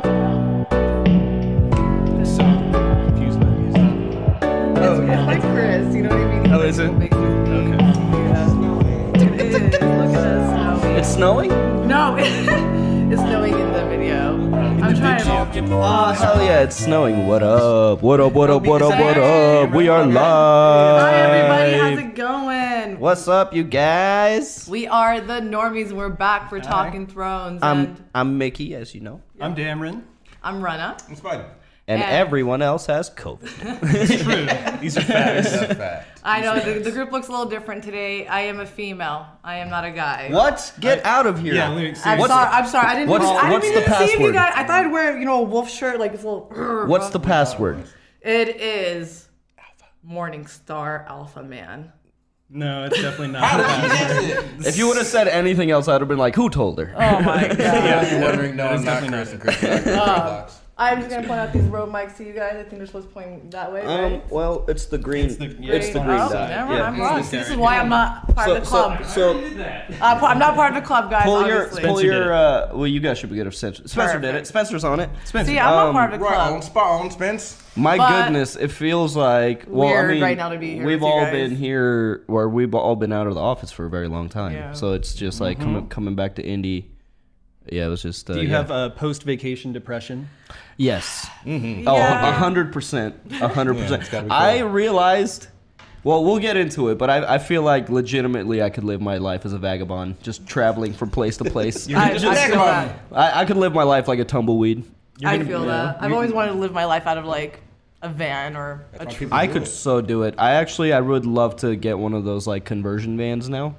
Oh, snowing? No, it's snowing in the video. I'm trying. Oh, hell yeah, it's snowing. What up? What up? What up? What up? What up? We are Hi everybody, how's live. it going? What's up, you guys? We are the Normies. We're back for Talking Thrones, I'm and I'm Mickey, as you know, I'm Damron. I'm Rena. It's fine. and Yeah. everyone else has COVID. These are facts. That's fact. I know the, the group looks a little different today. I am a female. I am not a guy. What? Get out of here! Yeah, lyrics. I'm What's- sorry. I'm sorry. I didn't. what's- mean, I didn't what's mean the to deceive you password? guys. I thought I'd wear, you know, a wolf shirt, like this little. What's the password? It is. Morningstar Alpha Man. No, it's definitely not. If you would have said anything else, I'd have been like, "Who told her?" Oh my god. If you're wondering, no, That is I'm not definitely cursing. not cursing. Uh, I'm cursing blocks. I'm just gonna point out these road mics to you guys. I think they're supposed to point that way, right? Um, well, it's the green. It's the, the- yeah, it's green oh, dot. Never, Yeah. I'm it's wrong. the This is carrot. why I'm not part So, of the club. so, so Uh, I'm not part of the club, guys. pull your obviously. pull Spencer did it. your. Uh, well, you guys should be good if Spencer, Spencer did it. Perfect. Spencer's on it. Spencer. See, I'm not part um, of the Right club. on, spot on, Spence. My But- goodness, it feels like well, I Weird mean, right now to be here we've with you all guys. been here, or we've all been out of the office for a very long time. Yeah. So it's just like coming coming back to Indy. Yeah, it was just. Uh, Do you yeah. have a post-vacation depression? Yes. Mm-hmm. Yeah. Oh, a hundred percent, a hundred it's gotta percent. be I realized. Well, we'll get into it, but I, I feel like legitimately I could live my life as a vagabond, just traveling from place to place. I, I Just feel vagabond. that. I, I could live my life like a tumbleweed. I feel that. I've always wanted to live my life out of like a van or a tree. I could so do it. I actually I would love to get one of those like conversion vans now,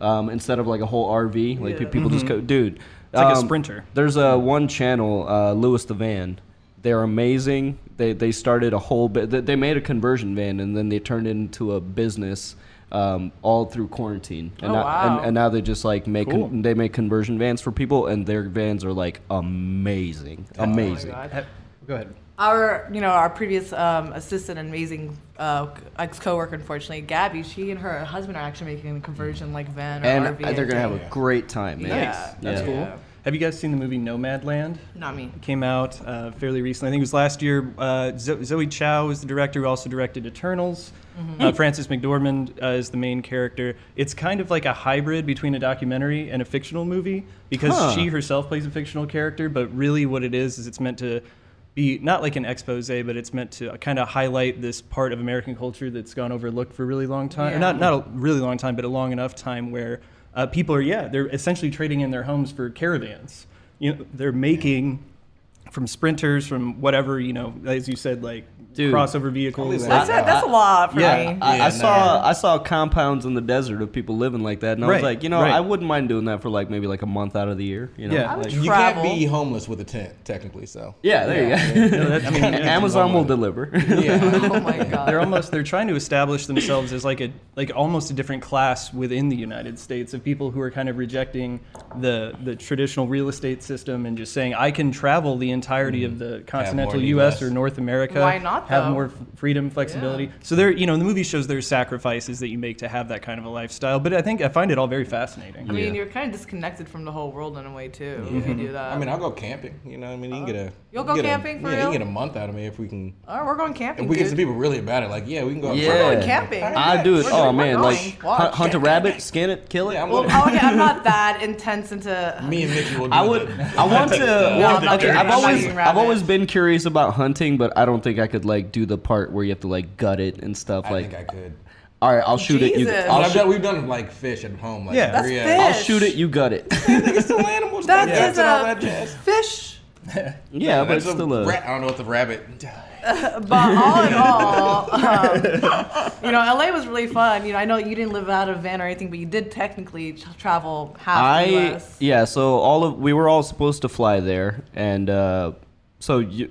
um, instead of like a whole RV. Like pe- Yeah. people just go, dude. It's like a Sprinter. There's a one channel, uh, Lewis the Van. They're amazing. They they started a whole bit. They, they made a conversion van and then they turned it into a business. Um, all through quarantine, and, Oh, now, wow. and, and now they just like make con- Cool. they make conversion vans for people, and their vans are like amazing, amazing. Go ahead. Our, you know, our previous um, assistant and amazing uh, ex coworker, unfortunately, Gabby. She and her husband are actually making a conversion like van or and RV. they're gonna have a Yeah. great time, man. Yeah. That's Yeah. cool. Have you guys seen the movie Nomadland? Not me. It came out uh, fairly recently. I think it was last year. Uh, Zo- Zoe Chow is the director who also directed Eternals. Uh, Frances McDormand uh, is the main character. It's kind of like a hybrid between a documentary and a fictional movie because Huh. she herself plays a fictional character, but really what it is is it's meant to be not like an expose, but it's meant to kind of highlight this part of American culture that's gone overlooked for a really long time. Yeah. Not, not a really long time, but a long enough time where uh, people are, yeah, they're essentially trading in their homes for caravans. You know, they're making from sprinters, from whatever, you know, as you said, like Dude. crossover vehicles. Probably That's, like- a, that's a lot for Yeah, me. I, Yeah, I no. saw I saw compounds in the desert of people living like that, and I was Right, like, you know, right. I wouldn't mind doing that for like maybe like a month out of the year. You know, Yeah. I like- would You Travel. can't be homeless with a tent, technically. So. yeah, there you go. that's- I mean, Amazon will deliver. Yeah. oh my god. they're almost they're trying to establish themselves as like a like almost a different class within the United States of people who are kind of rejecting the the traditional real estate system and just saying I can travel the entirety Mm. of the continental U.S. US. or North America. Why not, Have though? more f- freedom, flexibility. So there, you know, the movie shows there's sacrifices that you make to have that kind of a lifestyle. But I think I find it all very fascinating. I mean, you're kind of disconnected from the whole world in a way too. If Mm-hmm. you do that. I mean, I'll go camping. You know, what I mean, you can get a. Uh, You'll you go can get a- camping for yeah, real? you can get a month out of me if we can. All right, we're going camping. If we get some dude. people really about it, like, yeah, we can go. out Yeah. camping. We're camping. I do it. We're Oh going- man, we're like going. hunt, Watch. hunt a rabbit, skin it, kill it. Yeah, I'm Well, with it. oh, okay, I'm not that intense into. Me and Mickey will do I would. it. I want to. I'm not okay, doing- I'm I've not always. doing I've rabbit. always been curious about hunting, but I don't think I could like do the part where you have to like gut it and stuff. I like, think I could. all right, I'll shoot it. You, Jesus. But I'll, I've shoot- done, we've done like fish at home. Like, Yeah. That's three fish. I'll shoot it. You gut it. It's still animals. That yeah. is and all that a jazz. fish. Yeah, but That's it's a still a. rat. I don't know what the rabbit. But all in all, um, you know, LA was really fun. You know, I know you didn't live out of a van or anything, but you did technically t- travel half the I US. yeah. So all of we were all supposed to fly there, and uh, so you,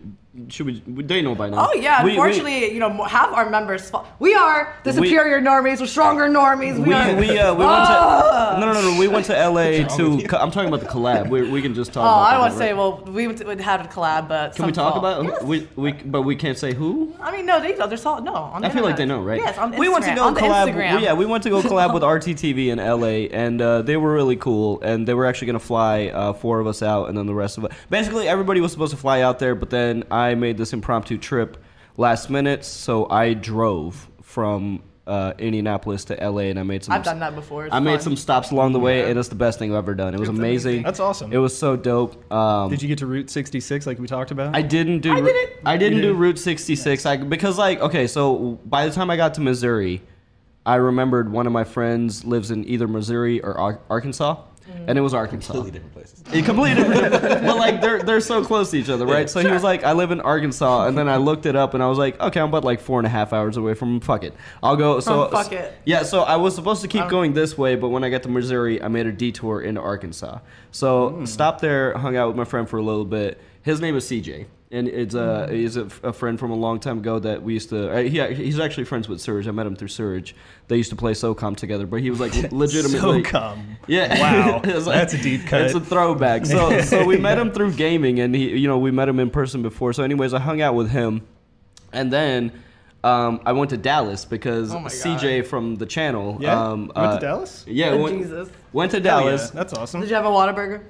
should we? They know by now. Oh yeah, We- we- unfortunately, you know, mo- half our members. Fall. We are the We- superior normies. We're stronger normies. We, We, are. we, uh, we went Ah! to no no no no we went to L.A. to co- I'm talking about the collab we, we can just talk. oh, about I that, don't want to right? say. Well, we would would have a collab, but Can we some talk fall. about Yes. we we but we can't say who. I mean, no, they know. They're all no. On the I feel like they internet. know, right? Yes, on Instagram. we went to go on the collab. Instagram. Yeah, we went to go collab with RTTV in LA, and uh, they were really cool. And they were actually going to fly uh, four of us out, and then the rest of us. Basically, everybody was supposed to fly out there, but then I made this impromptu trip last minute, so I drove from uh, Indianapolis to LA, and I made some. I've done that before. It's I made fun. some stops along the way, and it's the best thing I've ever done. It was amazing. That's awesome. It was so dope. Um, Did you get to Route 66 like we talked about? I didn't do. I Ru- did it. I didn't You did do it. Route 66. I, because like okay, so by the time I got to Missouri, I remembered one of my friends lives in either Missouri or Ar- Arkansas, and it was Arkansas. Completely different places. It completely different. but like they're they're so close to each other, right? so he was like, I live in Arkansas, and then I looked it up, and I was like, okay, I'm about like four and a half hours away from fuck it. I'll go. So From fuck it. Oh. Yeah. So I was supposed to keep going this way, but when I got to Missouri, I made a detour into Arkansas. So Hmm. stopped there, hung out with my friend for a little bit. His name is CJ. And it's a Hmm. he's a, a friend from a long time ago that we used to. Uh, he, he's actually friends with Surge. I met him through Surge. They used to play SOCOM together, but he was like legitimately SOCOM. Yeah, Wow. It was like- That's a deep cut. It's a throwback. So, so we met him through gaming, and he, you know, we met him in person before. So, anyways, I hung out with him, and then um, I went to Dallas because Oh my God. CJ from the channel. Yeah? um, You went to Dallas? Yeah, Oh, went, Jesus. went to Hell yeah, Dallas. That's awesome. Did you have a Whataburger?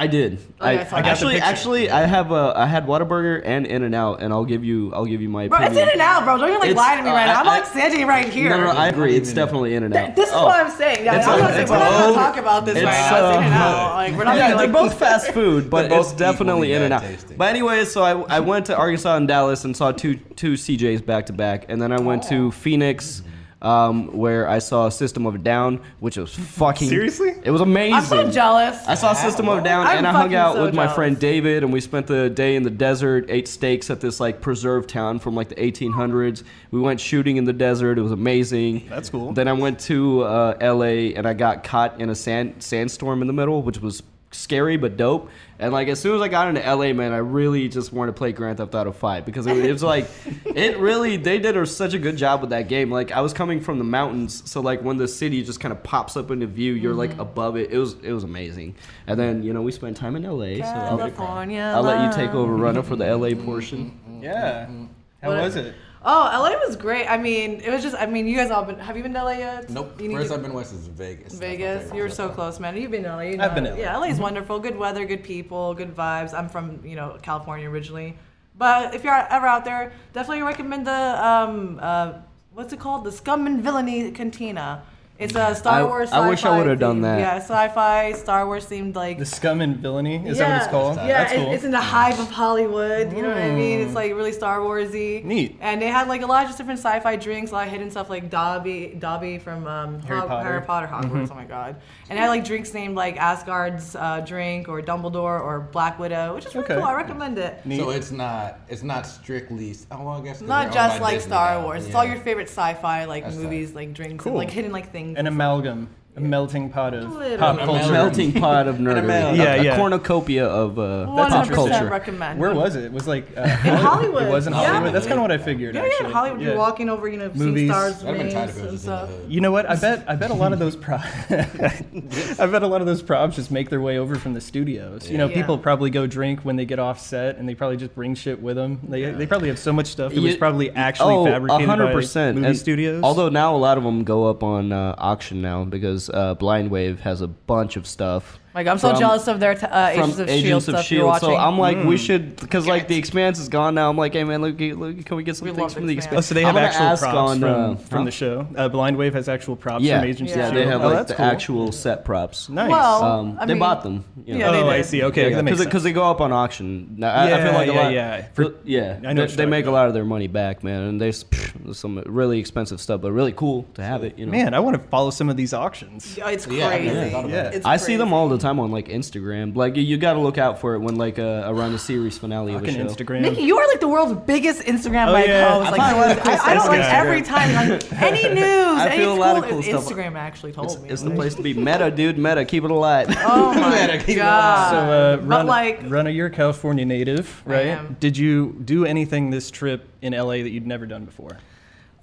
I did. Okay, I, I saw that. actually, I got the actually, I have a, I had Whataburger and In and Out, and I'll give you, I'll give you my Bro, opinion. it's in and out, bro. Don't you like It's- lie to me uh, right now. I'm I- I- like standing right here. No, no, no, I agree. It's In-N-Out. definitely Oh. In and Out. this is what I'm saying. Yeah, It's I'm a- not saying it's we're not a- gonna talk about this right it's now. It's in and out. a- Like we're not yeah, gonna like they're both fast food, but They're it's both definitely equally in and out. bad tasting. But anyway, so I, I went to Arkansas and Dallas and saw two two CJs back to back, and then I went Oh. to Phoenix. Um, where I saw System of a Down, which was fucking Seriously? It was amazing. I'm so jealous. I saw System of a Down, I'm and I hung fucking out so with my jealous. friend David, and we spent the day in the desert, ate steaks at this like preserve town from like the 1800s. We went shooting in the desert; it was amazing. That's cool. Then I went to uh, L.A. and I got caught in a sand sandstorm in the middle, which was scary but dope. And like as soon as I got into L.A., man, I really just wanted to play Grand Theft Auto 5 because it, it was like, it really they did a, such a good job with that game. Like I was coming from the mountains, so like when the city just kind of pops up into view, you're like Mm-hmm. above it. It was it was amazing. And then you know we spent time in L.A. so I'll, California. I'll let you love. take over runner for the L.A. portion. Yeah. How What- was it? Oh, LA was great. I mean, it was just. I mean, you guys all been. Have you been to LA yet? Nope. You need First to- I've been west is Vegas. Vegas. You were so close, man. You've been to LA. You know, I've been to LA. Yeah, LA Mm-hmm. is wonderful. Good weather, good people, good vibes. I'm from you know California originally, but if you're ever out there, definitely recommend the um uh what's it called? The Scum and Villainy Cantina. It's a Star I- Wars. I wish I sci-fi would've done themed- that. Yeah, sci-fi Star Wars themed like The Scum and Villainy? Is that what it's called? Mm. Yeah, That's it- cool. it's in the hive of Hollywood. You know what I mean? It's like really Star Warsy. Neat. And they had like a lot of just different sci-fi drinks, a lot of hidden stuff like Dobby, Dobby from um, Harry Hog- Potter. Mm-hmm. Harry Potter Hogwarts. Oh my god! And I had like drinks named like Asgard's uh, drink or Dumbledore or Black Widow, which is really Okay. cool. I recommend it. Neat. So it's not it's not strictly. Oh, well, I guess 'cause It's not they're owned just by like Disney Star now. Wars. It's Yeah. all your favorite sci-fi like That's movies, like drinks, Cool. and like hidden like things. An amalgam. A melting pot of Literally. pop A culture. Melting pot of melt. nerdery. Yeah, a, a yeah. cornucopia of uh, pop 100% culture. recommend. Where was it? It was like uh, Hollywood. It was in Yeah. Hollywood. That's kind of what I figured. yeah, yeah, actually. in Hollywood, you're Yeah. walking over, you know, seeing Movies. stars, I'd have been tired if names and it was just in the stuff. hood. You know what? I bet I bet a lot of those props. I bet a lot of those props just make their way over from the studios. You know, Yeah. people probably go drink when they get off set, and they probably just bring shit with them. They, they probably have so much stuff that was You- probably actually oh, fabricated 100%. by movie And studios. Although now a lot of them go up on uh, auction now because uh, Blind Wave has a bunch of stuff. Like I'm so from- jealous of their t- uh, From Agents of Shield Agents of stuff you're Shield, watching. E so I'm like, Mm. we should, because like the Expanse is gone now. I'm like, hey man, look, look can we get some We things love from the Expanse. Expanse? oh, so they have I'm gonna actual ask props on, from, uh, from the huh? show. Uh, Blind Wave has actual props yeah, from Agents yeah, of they Shield. have oh, like that's the cool. actual set props. Nice. Well, Um, I they mean, bought them. you know. yeah, they oh, I did. see. Okay, that makes sense. because they go up on auction. Now, I- I Yeah, feel like a yeah, lot. yeah. th- yeah. I know what they, you're they make talking a lot of their money back, man, and there's pff, some really expensive stuff, but really cool to have it. You know, Man, I want to follow some of these auctions. Yeah, it's crazy. Yeah, I've never thought about Yeah. that. It's I see crazy. them all the time on like Instagram. Like you, you got to look out for it when like uh, around the series finale of a Fucking show. Instagram. Nikki, you are like the world's biggest Instagram Oh, like yeah. host. I Like, thought I was I, I don't like Instagram. every time like any news, any feel a school. lot of cool stuff. Instagram actually told It's, me. it's the place to be. Meta, dude. Meta, keep it alive. Oh Better my keep it god! alive. So, uh, but Rana, like, Rana, you're a California native, I right? am. Did you do anything this trip in LA that you'd never done before?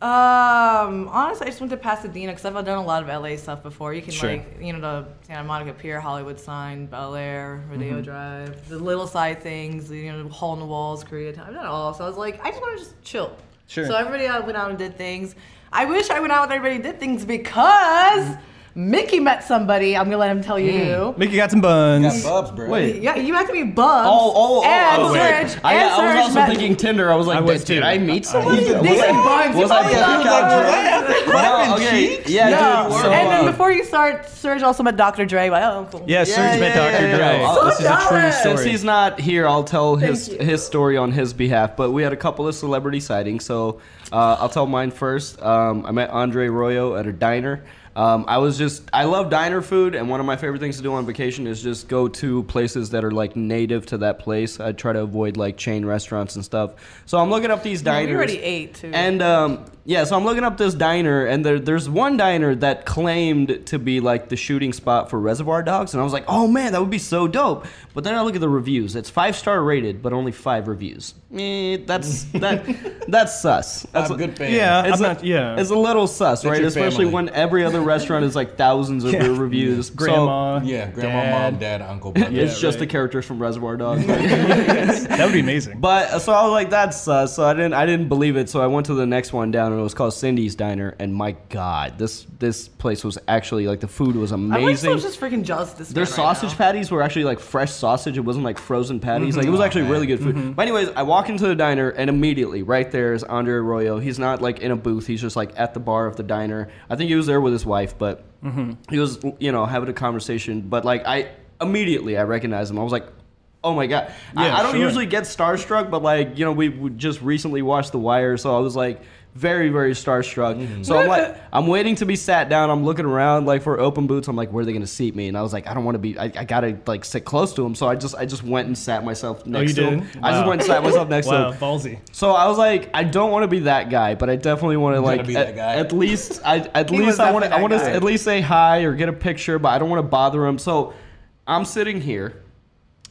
um, honestly, I just went to Pasadena because I've done a lot of LA stuff before. You can Sure. like, you know, the Santa Monica Pier, Hollywood Sign, Bel Air, Mm-hmm. Rodeo Drive, the little side things, you know, hole in the walls, Koreatown. I've done it all. So I was like, I just want to just chill. Sure. So everybody out went out and did things. I wish I went out with everybody and did things because Mm-hmm. Mickey met somebody. I'm gonna let him tell you who. Mickey got some buns. Got bubs, bro. Wait. Yeah, you have to be Bubs. Mm. Oh, oh, oh, and oh, Serge, I, and I Serge was also met- thinking Tinder. I was like, I was did too. I meet somebody? was- Was They said I- Bubs. You was I probably that thought guy? Bubs. No, Oh, okay. Yeah, Yeah. dude. so, and then uh, before you start, Serge also met Dr. Dre. Like, oh, cool. Yeah, Serge yeah, met yeah, Dr. yeah, Dre. yeah. This is a true Dollars. Since story. he's not here, I'll tell his you. his story on his behalf. But we had a couple of celebrity sightings, so uh, I'll tell mine first. Um, I met Andre Royo at a diner. Um, I was just I love diner food, and one of my favorite things to do on vacation is just go to places that are like native to that place. I try to avoid like chain restaurants and stuff. So I'm looking up these diners. we already ate, too. And um, yeah, so I'm looking up this diner, and there, there's one diner that claimed to be like the shooting spot for Reservoir Dogs, and I was like, oh man, that would be so dope. But then I look at the reviews; it's five star rated, but only five reviews. Eh, that's that that's sus. That's Five good fans. Yeah, I'm It's, a, not. Yeah, it's a little sus, That's right? your Especially family. when every other restaurant is like thousands of Yeah. reviews. So- grandma. Yeah, grandma, dad. mom, dad, uncle, brother. it's Yeah, just right. the characters from Reservoir Dogs. That would be amazing. But so I was like, that's uh, so I didn't I didn't believe it. So I went to the next one down, and it was called Cindy's Diner. And my God, this this place was actually like the food was I like amazing. Serge just freaking jealous of this Their man right sausage now. patties were actually like fresh sausage. It wasn't like frozen patties. Like it Mm-hmm. was actually really good food. But anyways, I walk into the diner and immediately right there is Andre Arroyo. He's not like in a booth. He's just like at the bar of the diner. I think he was there with his wife, but Mm-hmm. he was you know having a conversation. But like I immediately I recognized him. I was like. Oh my god! I- Yeah, I, don't sure. usually get starstruck, but like you know, we, we just recently watched The Wire, so I was like very, very starstruck. Mm-hmm. So I'm like, I'm waiting to be sat down. I'm looking around like for open boots. I'm like, where are they gonna seat me? And I was like, I don't want to be. I, I gotta like sit close to him. So I just, I just went and sat myself next Oh, you to him. did? I just Wow. went and sat myself next to Wow, him. ballsy. So I was like, I don't want to be that guy, but I definitely want to gotta like be at, that guy. at least I at He was least I want to I definitely want to that guy. at least say hi or get a picture, but I don't want to bother him. So I'm sitting here.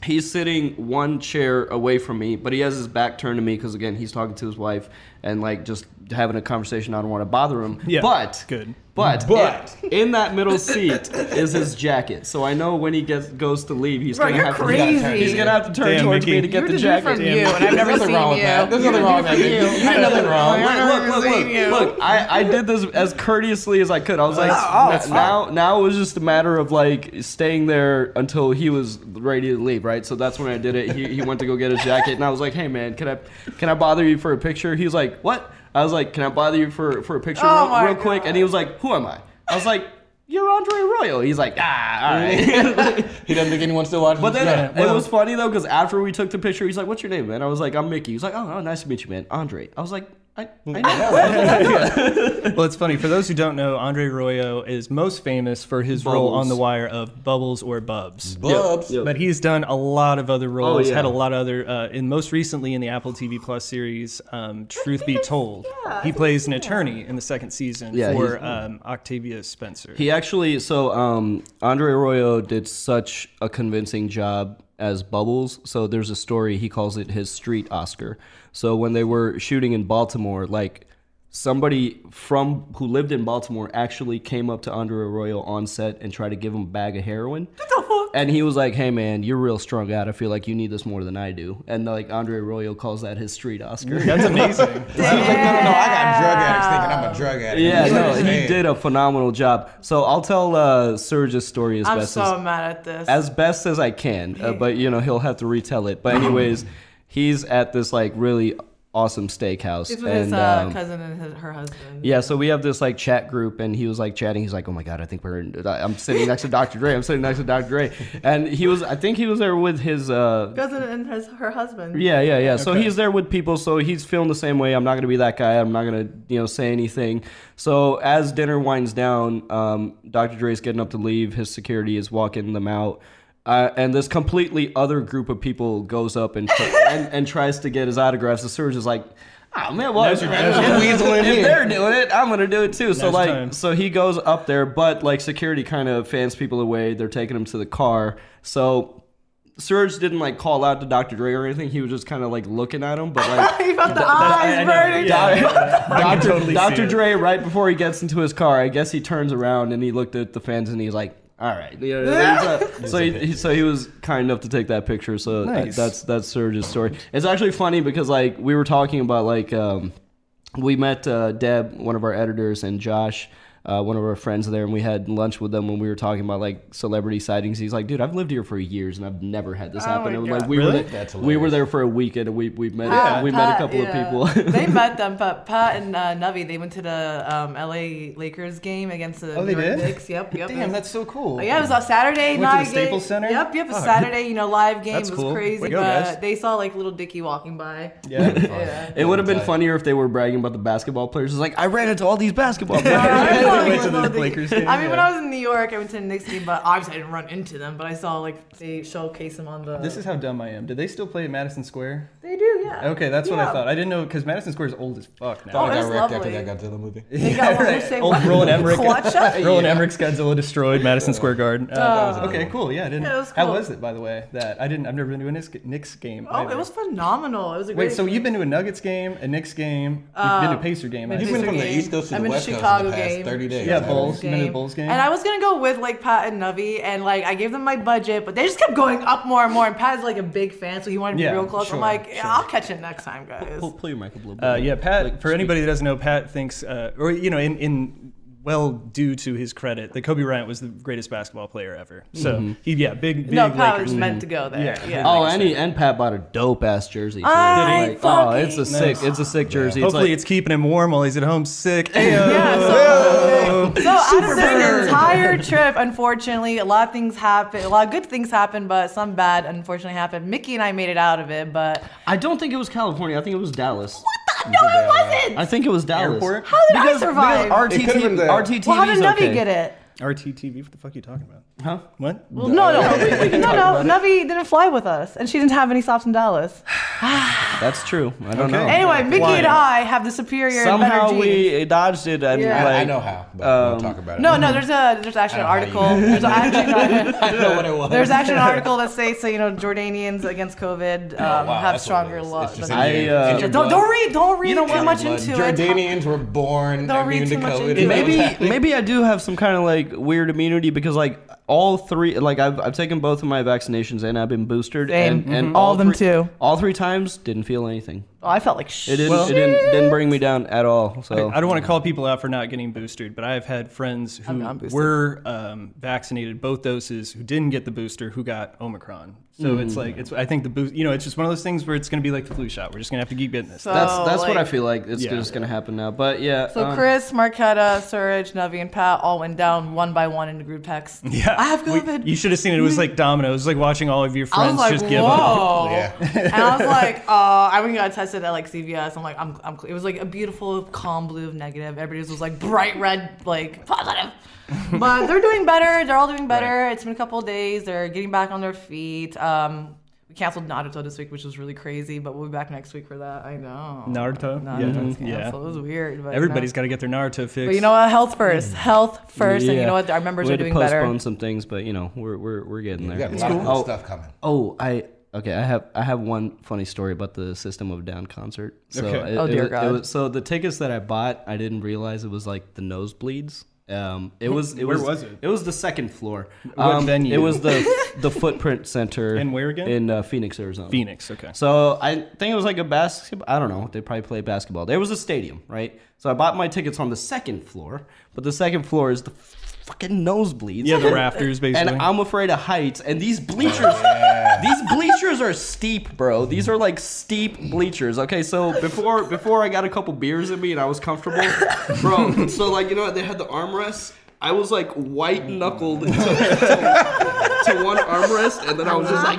He's sitting one chair away from me, but he has his back turned to me because again, he's talking to his wife and like just having a conversation. I don't want to bother him. Yeah, But good. But But. in, in that middle seat is his jacket, so I know when he gets goes to leave, he's Bro, gonna you're have crazy. to he's gonna have to turn Damn, towards Mickey. me to You're get the the dude jacket. from you, and I've There's never nothing seen wrong with you. that. There's You're nothing the wrong dude with that, from dude. you. Ain't I've nothing never- wrong. I've look, never look, look, seen you. look! I, I did this as courteously as I could. I was like, Oh, that's now, now it was just a matter of like staying there until he was ready to leave, right? So that's when I did it. He, he went to go get his jacket, and I was like, hey man, can I can I bother you for a picture? He was like, what? I was like, can I bother you for for a picture Oh real, my real quick? God. And he was like, who am I? I was like. You're Andre Royal. He's like, ah, all right. He doesn't think anyone's still watching. But then uh, Yeah. it was funny though because after we took the picture, he's like, "What's your name, man?" I was like, "I'm Mickey." He's like, "Oh, oh, nice to meet you, man, Andre." I was like, "I, I know." Well, it's funny. For those who don't know, Andre Royo is most famous for his role Bubbles. on The Wire of Bubbles Oh, or Bubs. Bubs. Yep. But he's done a lot of other roles. yeah. Had a lot of other, uh, and most recently in the Apple TV Plus series, um, Truth Be Told, yeah, I he think plays an attorney in the second season Yeah, for he's- um, Octavia Spencer. He actually, so um, Andre Arroyo did such a convincing job as Bubbles. So there's a story, he calls it his street Oscar. So when they were shooting in Baltimore, like somebody from who lived in Baltimore actually came up to Andre Arroyo on set and tried to give him a bag of heroin. And he was like, hey man, you're real strung out. I feel like you need this more than I do. And like Andre Arroyo calls that his street Oscar. That's amazing. He was like, no, no, no, I got drug addicts thinking I'm a drug addict. Yeah, You no, he understand? did a phenomenal job. So I'll tell uh, Serge's story as I'm best so as mad at this. as best as I can, uh, but you know he'll have to retell it. But anyways, he's at this like really awesome steakhouse, It's with and his uh, um, cousin and his, her husband. yeah, so we have this like chat group, and he was like chatting. He's like, "Oh my god, I think we're." In, I'm sitting next to Dr. Dre. I'm sitting next to Dr. Dre, and he was. I think he was there with his uh, Cousin and his, her husband. yeah, yeah, yeah. So he's there with people. So he's feeling the same way. I'm not gonna be that guy. I'm not gonna, you know, say anything. So as dinner winds down, um, Dr. Dre's getting up to leave. His security is walking them out, uh, and this completely other group of people goes up and tr- and, and tries to get his autographs. The surge is like. Oh man, well, if, if they're doing it, I'm gonna do it too. So Now's like, time. so he goes up there, but like security kind of fans people away. They're taking him to the car. So Serge didn't like call out to Dr. Dre or anything. He was just kind of like looking at him, but like. He felt the eyes burning. Doc- Dr. totally see Dr. it. Dre, right before he gets into his car, I guess he turns around and he looked at the fans and he's like, "All right." You know, he's a- so, he, he- so he was kind enough to take that picture. So that- Nice. that's that's Serge's story. It's actually funny because like we were talking about like um, we met uh, Deb, one of our editors, and Josh. uh, one of our friends there, and we had lunch with them when we were talking about like celebrity sightings. He's like, dude, I've lived here for years and I've never had this Oh happen. my And God. like we Really? were there, That's we were hilarious. there for a weekend. And we we met Pat- we met a Uh, Pat, couple yeah. of people. they met them, but Pat and uh, Navi, they went to the um, LA Lakers game against the Oh, they New York did? Knicks. Yep, yep. Damn, that's so cool. Oh, yeah, it was a Saturday Went to the night. Staples game. Center? Yep, yep. A Fuck. Saturday, you know, live game That's was cool. crazy, Way to go, but guys. they saw like little Dicky walking by. Yeah. Yeah. It would have been Tight. funnier if they were bragging about the basketball players. It's like I ran into all these basketball players. I Yeah, probably they went to would the love to- Lakers game, I mean, when yeah. I was in New York, I went to the Knicks game, but obviously I didn't run into them. But I saw like they showcase them on the. This is how dumb I am. Do they still play at Madison Square? they do, yeah. Okay, that's what Yeah. I thought. I didn't know because Madison Square is old as fuck now. Oh, Thought I got that's wrecked lovely. after that Godzilla movie. They got one right. who say Old what? Roland Emmerich. Quacha? Roland Emmerich's Godzilla destroyed Madison Square Garden. Uh, that was a okay, good cool. Yeah, I didn't. Yeah, it Oh. was How cool. was it, by the way? That I didn't. I've never been to a Knicks, Knicks game. Oh, either. it was phenomenal. It was a great Wait, so you've been to a Nuggets game, a Knicks game, you've been Uh, to a Pacer game. I been You've assume. Pacer been from the game. East Coast to I've the been to West Coast in Chicago the past game. 30 days. Yeah, haven't Bulls. we? You been to the Bulls game? And I was gonna go with like Pat and Nubby, and like I gave them my budget, but they just kept going up more and more. And Pat's like a big fan, so he wanted to Yeah, be real close. sure, I'm like, "Yeah, sure. I'll catch it next time, guys. Pull, pull your mic up a little bit. Uh, yeah, Pat. Like, for anybody that doesn't know, Pat thinks, uh, or you know, in in well due to his credit, that Kobe Bryant was the greatest basketball player ever. So he, yeah, big, big no, Pat Lakers was fan. meant to go there. Yeah. Yeah. Oh, and, he, and Pat bought a dope ass jersey. too. I Like, oh, it's a fucking- sick, it's a sick jersey. It's Hopefully, like- it's keeping him warm while he's at home sick. Yeah, Ayo. So out of this entire trip, unfortunately, a lot of things happened. A lot of good things happened, but some bad, unfortunately, happened. Mickey and I made it out of it, but I don't think it was California. I think it was Dallas. no, it wasn't. I think it was Dallas. Airport? How did I because, survive? Because It could've RTT, been the- RTT. well, how did Nubby okay. get it? RTTV. What the fuck are you talking about? Huh? What? Well, no, no, no, no. Nubby didn't fly with us, and she didn't have any stops in Dallas. That's true. I don't know. Okay. Anyway, Mickey Flying. and I have the superior and Somehow better genes. we dodged it. And Yeah. like, I, I know how, but we'll talk about it. No, no. There's a there's actually an I don't know article. how you- There's actually I don't know what it was. there's actually an article that says so you know Jordanians against COVID um, wow, have that's what it stronger is. laws. It's just than- in your- I, uh, it's in your Don't, blood. don't read don't read You know too what? much Blood. into it. Jordanians were born Don't read immune to too much COVID. into it. maybe That's happening. maybe I do have some kind of like weird immunity because like all three like I've, I've taken both of my vaccinations and I've been boosted Same. and, and Mhm. All of them three- too. all three times didn't feel anything Oh, I felt like shit. it didn't it didn't, didn't bring me down at all so I don't want to call people out for not getting boosted, but I've had friends who not boosted. were um, vaccinated both doses who didn't get the booster who got Omicron. So Mm. it's like it's. I think the boost. You know, it's just one of those things where it's going to be like the flu shot. We're just going to have to keep getting this. So- So, that's Oh, that's what I like- feel like it's Yeah. just gonna happen now but yeah So um, Chris, Marquetta, Suraj, Navi, and Pat all went down one by one in the group text. yeah, I have We- COVID. Mm. you should have seen it. It was like dominoes. It was like watching all of your I friends was like, just give up. whoa. Yeah. and I was like, uh, I went and got tested at like CVS. I'm like, I'm, I'm, it was like a beautiful calm blue of negative. Everybody was like bright red, like positive. But they're doing better. They're all doing better. It's been a couple of days. They're getting back on their feet. Um, we canceled Naruto this week, which was really crazy, but we'll be back next week for that. I know. Naruto. Naruto's Yeah. canceled. It was weird. But Everybody's no. got to get their Naruto fixed. But you know what? Health first. Health first. And yeah. you know what? Our members we are had doing to postpone better. some things but you know we're we're, we're getting We there got a lot of Oh, cool stuff coming. Oh, I okay. I have I have one funny story about the System of a Down concert. So Okay. it- Oh, it dear was- it God. was- so the tickets that I bought, I didn't realize it was like the nosebleeds. Um, it was it Where was, was it? It was the second floor. Um, What venue? It was the the Footprint Center. And where again? In uh, Phoenix, Arizona. Phoenix. Okay. So I think it was like a basketball. I don't know. They probably play basketball. There was a stadium, right? So I bought my tickets on the second floor, but the second floor is the fucking nosebleeds. Yeah, the rafters basically. And I'm afraid of heights. And these bleachers, these bleachers are steep, bro. These are like steep bleachers. Okay, so before before I got a couple beers in me and I was comfortable, bro. So like you know they had the armrests. I was like white knuckled to, to- to one armrest, and then I was just like,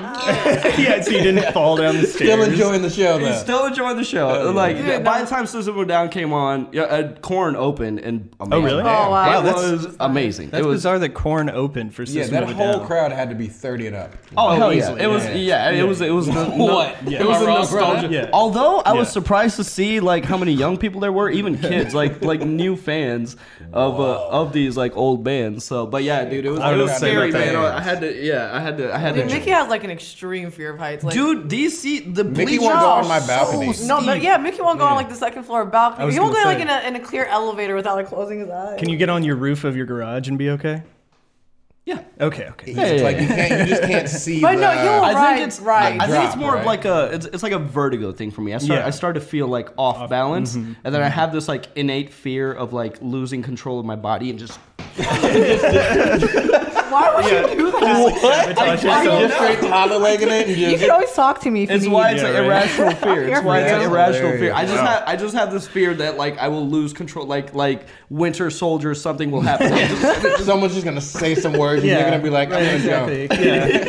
yeah. yeah, so you didn't fall down the stairs. Still enjoying the show, You though. still enjoying the show. like Dude, by no. the time System of a Down came on, yeah, uh, Corn opened and amazing. really? Oh, wow. Wow, Wow, that that's- was amazing. That's it was bizarre that Corn opened for Yeah, System that of a whole Down. crowd had to be 30 and up. Oh, hell easily, yeah! It was yeah. yeah. It was it was no, no- What? It was Am I a wrong, nostalgia. brother? Yeah. Although I was Yeah. surprised to see like how many young people there were, even kids, like like new fans of uh, of these like old bands. So, but yeah, dude, it was, I it don't was know, scary, say man. nothing. I had to, yeah, I had to, I had Dude, to. Mickey has like an extreme fear of heights. Like, Dude, these seat the Mickey bleachers won't go are on my so balcony. steep. No, but yeah, Mickey won't go on like the second floor balcony. was He won't go gonna like say. in a, in a clear elevator without like closing his eyes. Can you get on your roof of your garage and be okay? Yeah. Okay. Okay. It's yeah, like yeah. you can't, you just can't see. But the, no, you I Right, think it's right. I think it's Drop, more of right? like a it's, it's like a vertigo thing for me. I start Yeah. I start to feel like off, balance, and then I have this like innate fear of like losing control of my body and just Why would you do that? Sabotage So yourself. you're straight toddler legging it. And You just, can always talk to me if It's you need. why it's Yeah, an right. irrational fear. It's why it's an That's irrational fear. hilarious. I just Wow. have I just have this fear that like I will lose control. Like like Winter Soldier, something will happen. I'm just- someone's just gonna say some words, and Yeah. you're gonna be like, "I'm Right, gonna exactly. jump." Yeah.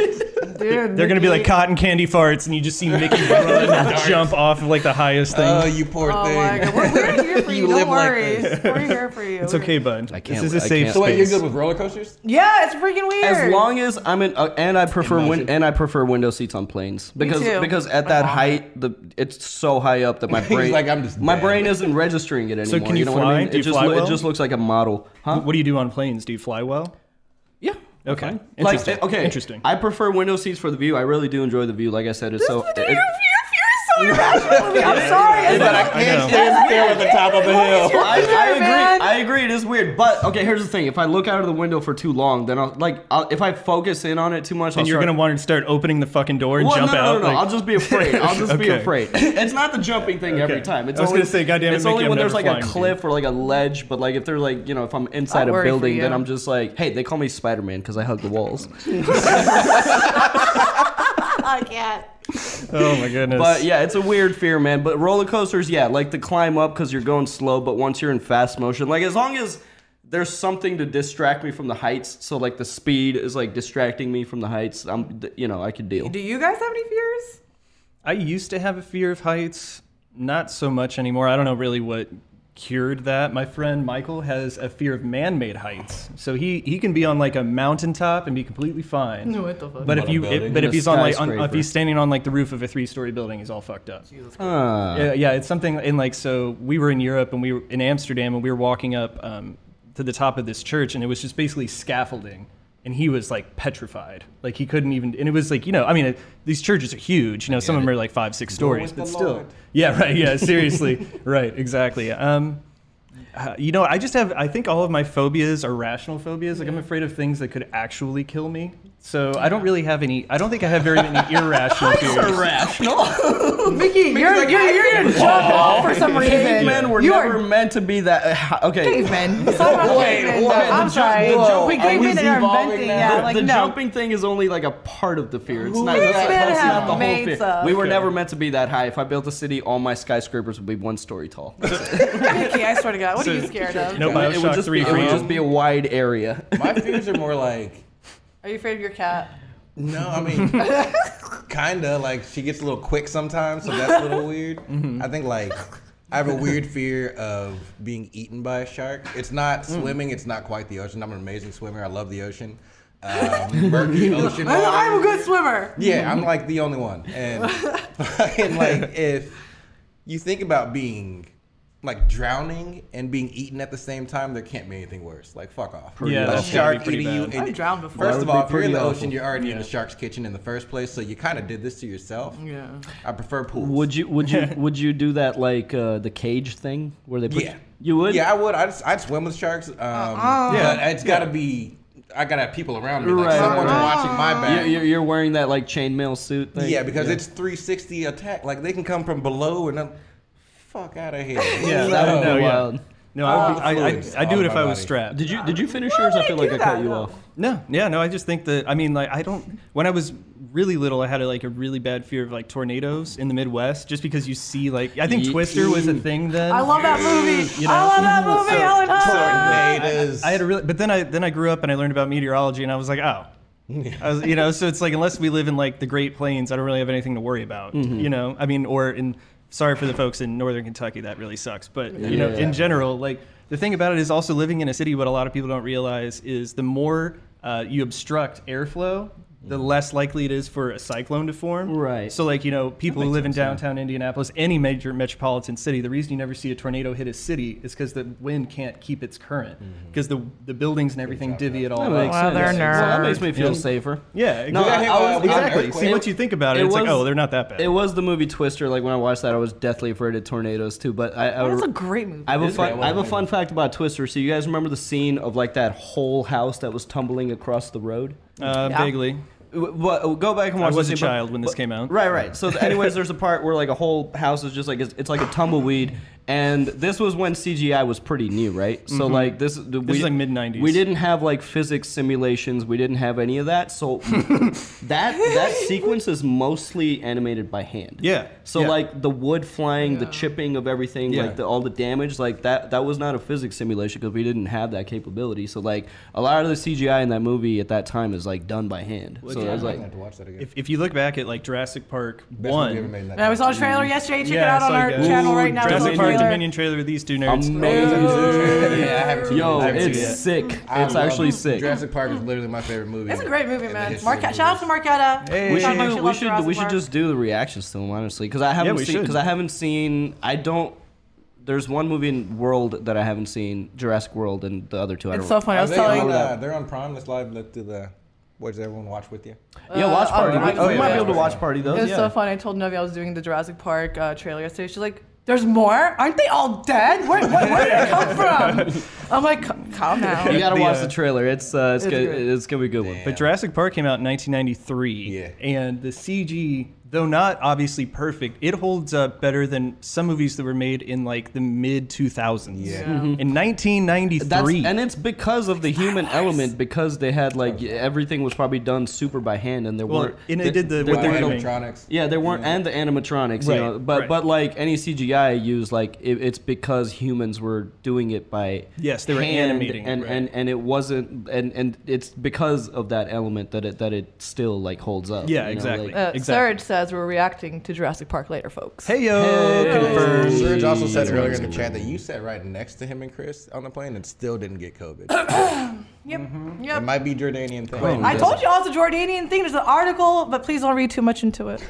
They're gonna be like cotton candy farts, and you just see Mickey run and jump off of like the highest thing. Uh, Oh, you poor Oh my thing. god, we're, we're here for you. You Don't live like worry, this. we're here for you. it's okay, bud. I can't This is with- a I safe can't- So wait, you're space. good with roller coasters? Yeah, it's freaking weird. As long as I'm in, uh, and I prefer motion. win, and I prefer window seats on planes because too. because at that height the it's so high up that my brain like, "I'm just my dead." brain isn't registering it anymore. can you know what I fly? mean? Do you it just fly loo- well? it just looks like a model, huh? What do you do on planes? Do you fly well? Yeah. Okay. Like Interesting. uh, okay, Interesting. I prefer window seats for the view. I really do enjoy the view. Like I said, it's so. uh, your, it- your fear is so irrational. to me. I'm sorry. It's But I like- I know. can't stand still at the top of the hill. I, Sure, I agree. man. I agree. It is weird, but okay. Here's the thing: if I look out of the window for too long, then I'll like I'll, if I focus in on it too much, and I'll you're start, gonna want to start opening the fucking door and Well, jump no, no, out. No, no, like- I'll just be afraid. I'll just be Okay. afraid. It's not the jumping thing every time. It's I was only, gonna say, goddamn it, It's Mickey, only I'm when there's never like a flying, dude. cliff or like a ledge, but like if they're like you know if I'm inside I a worry for building, then you. I'm just like, hey, they call me Spider Man because I hug the walls. I can't. oh my goodness. But yeah, it's a weird fear, man. But roller coasters, yeah, like the climb up because you're going slow, but once you're in fast motion, like as long as there's something to distract me from the heights, so like the speed is like distracting me from the heights, I'm th- you know I could deal. Do you guys have any fears? I used to have a fear of heights, not so much anymore. I don't know really what cured that. My friend Michael has a fear of man-made heights, so he he can be on like a mountaintop and be completely fine. No, what the fuck? But if On a you building? if, but In if a he's on like on, skyscraper. if he's standing on like the roof of a three-story building, he's all fucked up. uh, Huh. Yeah, yeah, it's something in like so we were in Europe and we were in Amsterdam and we were walking up um, to the top of this church and it was just basically scaffolding and he was like petrified like he couldn't even and it was like you know I mean it, these churches are huge you know some of them are like five six stories with but the still Lord. yeah right yeah seriously right exactly um, uh, you know I just have I think all of my phobias are rational phobias like I'm afraid of things that could actually kill me so I don't really have any I don't think I have very many irrational fears. Mickey, you're, you're, you're gonna jump off for some reason. Cavemen were You are- never meant to be that. Okay. cavemen. It's all about Wait, cavemen, what? though. The I'm ju- sorry. whoa, are we we cavemen are devolving inventing. now? Yeah, like the no. jumping thing is only like a part of the fear. It's not, Who that's not, would that's have not the whole made fear. stuff? We were never meant to be that high. If I built a city, all my skyscrapers would be one story tall. Mickey, I swear to God, what are you scared of? No it would Bioshock just three be, it for would you. just be a wide area. My fears are more like, Are you afraid of your cat? no, I mean, kinda like she gets a little quick sometimes, so that's a little weird. I think like. I have a weird fear of being eaten by a shark. It's not swimming. It's not quite the ocean. I'm an amazing swimmer. I love the ocean. Um, murky ocean. I'm, I'm a waters. good swimmer. Yeah, I'm like the only one. And, and like if you think about being like drowning and being eaten at the same time, there can't be anything worse. Like fuck off. Yeah, a that's gotta be shark pretty eating you. bad. and- I've drowned before. First That would of be all, if you're in the pretty awful. ocean, you're already in the shark's kitchen in the first place, so you kind of did this to yourself. Yeah. I prefer pools. Would you would you would you do that like uh, the cage thing where they put Yeah. you would Yeah, I would. I'd, I'd swim with sharks. Um, Yeah. but it's got to be. I gotta have people around me. Like Right, someone's right. watching my You're, back. you're, you're wearing that like chainmail suit thing. Yeah, because it's 360 attack. Like they can come from below and I'm fuck out of here. Yeah, that would no, Oh, be yeah. wild. No, I, would be, I, I, fluids I do all it in if my I was body. strapped. Oh. Did you did you finish yours? I would feel I like do I cut that, you though? off. No, yeah, no. I just think that I mean, like, I don't. When I was really little, I had a, like a really bad fear of like tornadoes in the Midwest, just because you see like I think Ye- Twister was a thing then. I love that movie. You know? I love that movie, So- Helen Hunt. Tornadoes. I had a really, but then I then I grew up and I learned about meteorology and I was like, oh, I was, you know. So it's like unless we live in like the Great Plains, I don't really have anything to worry about, you know. I mean, or in sorry for the folks in Northern Kentucky, that really sucks. But you know, Yeah. in general, like the thing about it is also living in a city. What a lot of people don't realize is the more uh, you obstruct airflow. the less likely it is for a cyclone to form. Right. So, like, you know, people who live in downtown Indianapolis, any major metropolitan city, the reason you never see a tornado hit a city is because the wind can't keep its current Mm-hmm. because the, the buildings and everything divvy it all That up. makes Well, sense. they're Well, that nerds. makes me feel Yeah. safer. Yeah, No, exactly. I, I was, Yeah, exactly. earthquake. See, See, what once you think about it, it it's like, was- oh, they're not that bad. It was the movie Twister. Like when I watched that, I was deathly afraid of tornadoes too. But I, I That's a great movie. I have a It's a fun. great I have a one. fun fact about Twister. So you guys remember the scene of like that whole house that was tumbling across the road? uh, Yeah. Vaguely. W- Well, go back and watch. was the a scene, but- child when this but- came out. Right, right. So, th- anyways, there's a part where like a whole house is just like it's, it's like a tumbleweed, and this was when CGI was pretty new, right? So like this, this Mm-hmm. is like mid-nineties. We didn't have like physics simulations. We didn't have any of that. So that that sequence is mostly animated by hand. Yeah, So yeah. like the wood flying, the chipping of everything, Yeah. like the, all the damage, like that that was not a physics simulation because we didn't have that capability. So like a lot of the CGI in that movie at that time is like done by hand. so yeah. I was I'm gonna like, have to watch that again. If, if you look back at like Jurassic Park Best movie ever made one, in that And I time. saw a trailer yesterday. Check yeah, it out it's on like, our uh, channel right now. There's Jurassic a Park trailer. Dominion trailer. These two nerds. Amazing. Yeah, I haven't seen Yo, it. I haven't it's seen it. sick. I It's love actually it. sick. Jurassic Park is literally my favorite movie. It's a great movie, in the man. history of Marquette, shout out to movies. Marquetta. Hey. We She should, talked about she do, we loves should we Jurassic should just do the reactions to them honestly because I haven't we seen should. because I haven't seen I don't there's one movie in World that I haven't seen Jurassic World and the other two I Park. It's so don't funny. I Are was they on, telling. uh, they're on Prime. Let's live. Let's do the. What does everyone watch with you? yeah watch uh, party oh, we, right, oh, we yeah. might be able to watch party It those was Oh, yeah. so funny. I told Novi I was doing the Jurassic Park uh, trailer yesterday. She's like, "There's more? Aren't they all dead? Where, where, where did it come from?" I'm like, "Cal- "Calm down." you gotta The, watch uh, the trailer it's uh, it's, It's gonna, great. it's gonna be a good one Damn. But Jurassic Park came out in 1993, Yeah. and the CG, though not obviously perfect, it holds up better than some movies that were made in like the mid 2000s. Yeah. In 1993, That's, and it's because of the human element because they had like everything was probably done super by hand and there Well, weren't and they did the- there what they weren't were no- doing. Animatronics. Yeah, there weren't, and the animatronics, Right, you know. But right. but like any CGI used, like it, it's because humans were doing it by Yes, they were hand, animating it, and, right. and and it wasn't, and and it's because of that element that it that it still like holds up. Yeah, you know, exactly. like- Uh, Exactly. Surge says we're reacting to Jurassic Park later, folks. hey yo, Hey. confirmed. Confirmed. Serge also said That's earlier in amazing. the chat that you sat right next to him and Chris on the plane and still didn't get COVID. Yep. it Yep. might be Jordanian thing. Quinn. I told you all it's a Jordanian thing. There's an article, but please don't read too much into it.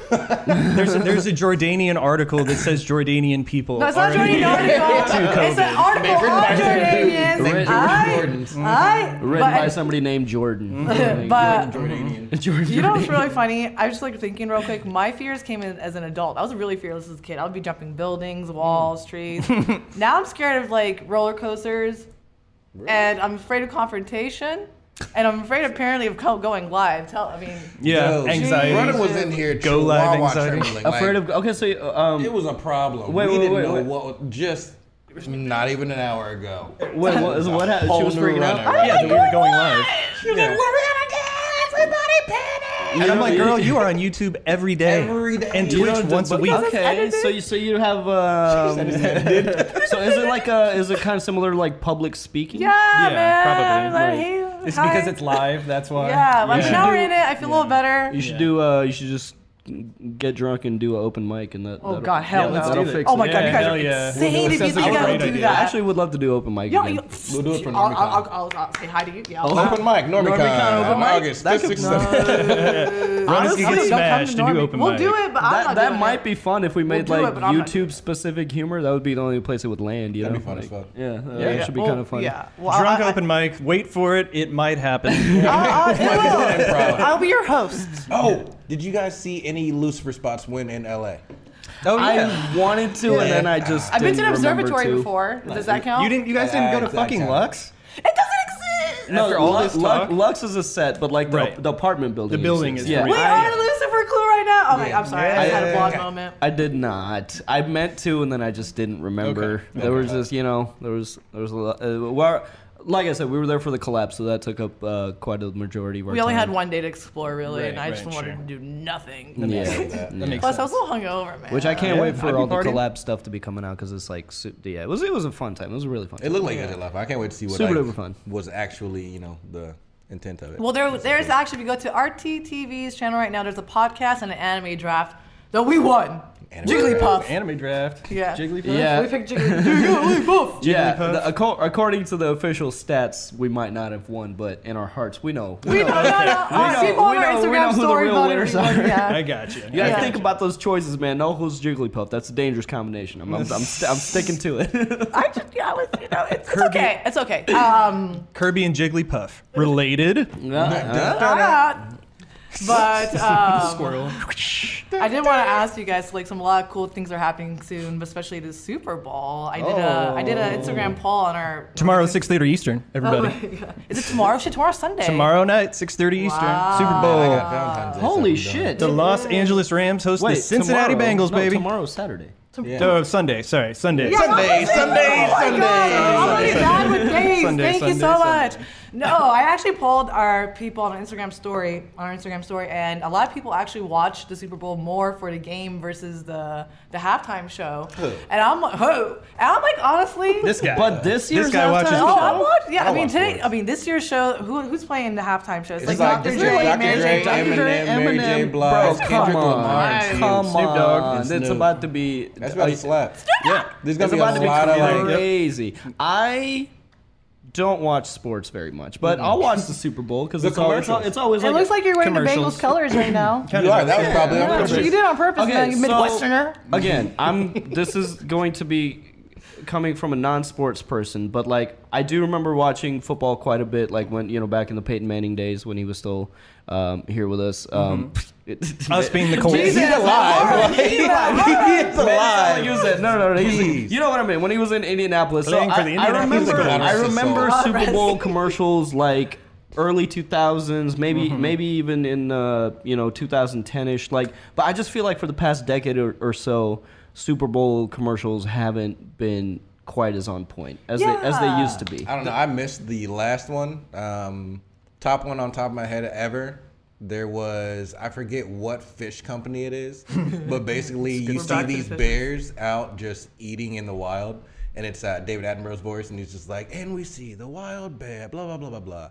There's a, there's a Jordanian article that says Jordanian people. No, it's not a are Jordanian article. it's an article on Jordanians. Written- I, I, Written by but, somebody named Jordan. Like, but Jordanian. Jordan. You know what's really funny? I was just like thinking real quick. My fears came in as an adult. I was really fearless as a kid. I would be jumping Mm. buildings, walls, trees. now I'm scared of like roller coasters, and I'm afraid of confrontation, and I'm afraid apparently of co- going live. Tell, I mean, Yeah, Yo, Runner anxiety. was in here Go live chihuahua anxiety. trembling, like, afraid of okay, so um, It was a problem. Wait, we wait, didn't wait, know wait. what. Just not even an hour ago. what, what, what happened? She Whole was new freaking out. runner. Yeah, that we were going live. she was like, "We're gonna get everybody panic." And I'm like, You know- girl, you are on YouTube every day, Every day. and You Twitch don't- once a But- week. Okay, edited. so you so you have um, so is it like a is it kind of similar to like public speaking? Yeah, man. probably, Like, hey, It's hi. because it's live. That's why. Yeah, but Yeah. now we're in it. I feel a little better. You should Yeah. do. Uh, you should just get drunk and do an open mic, and that. Oh that'll- God, hell yeah, no! let's do that. oh my God, Yeah, you guys hell are yeah. insane We'll do it. if you Sounds like think a I great will do idea. I that. actually would love to do open mic. Yo, again. you, We'll do it for I'll, I'll, Normicon. I'll, I'll, I'll say hi to you. Yeah. I'll- Open mic, Normicon, Normicon, open in mic. August, That fifth, could- sixth, no. seventh. Honestly, I'm get gonna come smashed to and do Norman. open We'll mic. do it, but I'm that not that doing might it. be fun if we made do it, like but I'm not doing YouTube specific humor. That would be the only place it would land. You That'd know, be fun as Like, fuck. Yeah, uh, Yeah. that should be Well, kind of funny. Yeah. Well, Drunk I, I, open mic. Wait for it. It might happen. I'll, I'll, do it. Improv. I'll be your host. Oh, did you guys see any Lucifer spots win in LA? oh I wanted to, and then I just. I've been to didn't an remember observatory to. before. Does that count? You didn't. You guys didn't go to fucking Lux. It doesn't exist. No, After all Lu- this Lu- talk? Lux is a set, but like the, Right. the apartment building. The building exists. is yeah. free. We I- are Lucifer Clue right now. Oh my, I'm sorry. I just had a Yeah. blog moment. I did not. I meant to, and then I just didn't remember. Okay. There was just, you know, there was there was a lot. Uh, well, like I said, we were there for the collapse, so that took up uh, quite a majority of our We only time. had one day to explore, really, Right, and I just right, sure. wanted to do nothing. Yeah. That That makes Plus, I sense. was a little hungover, man. Which I can't Yeah, wait for I'd be all the partying. collapse stuff to be coming out because it's like, su- yeah, it was it was a fun time. It was a really fun. It Time. looked like it was a lot. of fun. I can't wait to see what Super like, duper fun. was actually, you know, the intent of it. Well, there, there's actually, if you go to RTTV's channel right now, there's a podcast and an anime draft that we won. Anime Jigglypuff. Anime draft. Yeah. Jigglypuff. Yeah. We picked Jiggly- Jigglypuff. Yeah, Jigglypuff. the, acco- according to the official stats, we might not have won, but in our hearts, we know. We know, no, no. Our know- people on we our know- we know Instagram who the story real voted winners everyone, are. Yeah. I got you. You gotta Yeah. think about those choices, man. No who's Jigglypuff. That's a dangerous combination. I'm, I'm, I'm, st- I'm sticking to it. I just, yeah, I was, you know, it's, it's Kirby. okay. It's okay. Um, Kirby and Jigglypuff related. ah, but um, Squirrel. I did want to ask you guys like some a lot of cool things are happening soon, but especially the Super Bowl. I did a I did an Oh. Instagram poll on our Tomorrow, six thirty Eastern. Oh Everybody. my God. Is it tomorrow? Shit, tomorrow's Sunday. Tomorrow night, six thirty Eastern. Super Bowl. Holy shit. The Los Angeles Rams host the Cincinnati tomorrow- Bengals, no, baby. tomorrow's Saturday. Oh, Sunday. Sorry, Sunday. Yeah, Sunday, I was like, Sunday, oh my Sunday, God, I'm Sunday, already bad with days. Sunday, Thank you Sunday, so much. Sunday. No, I actually polled our people on Instagram story, on our Instagram story, and a lot of people actually watched the Super Bowl more for the game versus the the halftime show. And I'm like, who? And I'm like, honestly, This guy. But this year's guy halftime watches Oh, the I watch. Yeah, I, I mean watch today. sports. I mean this year's show. Who, who's playing the halftime show? It's, It's like Dr. Dr. Dre, Dr. Mary Dre, J. Dr. Dre, Eminem, Mary J. Eminem, Blige, bro, Kendrick come Lamar, on, Snoop come Dogg, on. and It's Snoop. about to be. That's about uh, to slap. yeah. There's gonna It's be about a to be lot of like. crazy. I don't watch sports very much, but I'll watch the Super Bowl because The it's, al- it's al- commercials. it's always It like looks like you're wearing the Commercials. Bengals colors right now. You are. That was probably on Yeah, purpose. you did it on purpose, man, you so- Midwesterner. again, I'm. This is going to be coming from a non-sports person, but like I do remember watching football quite a bit, like when you know back in the Peyton Manning days when he was still um, here with us. Um, it- Mm-hmm. Us being the Colts. He's alive. He's Man, alive. it's not like he was that- No, no, no. he's- Please. you know what I mean. When he was in Indianapolis, so Playing for I, the I Indianapolis remember, Colts. I remember Rest his soul. Super Bowl commercials like early 2000s, maybe Mm-hmm. maybe even in uh, you know 2010ish. Like, but I just feel like for the past decade or, or so, Super Bowl commercials haven't been quite as on point as they as they Yeah. used to be. I don't know. I missed the last one. Um, top one on top of my head ever. There was I forget what fish company it is, but basically you We're back to the see these fishes. bears out just eating in the wild, and it's uh, David Attenborough's voice, and he's just like, "And we see the wild bear, blah blah blah blah blah,"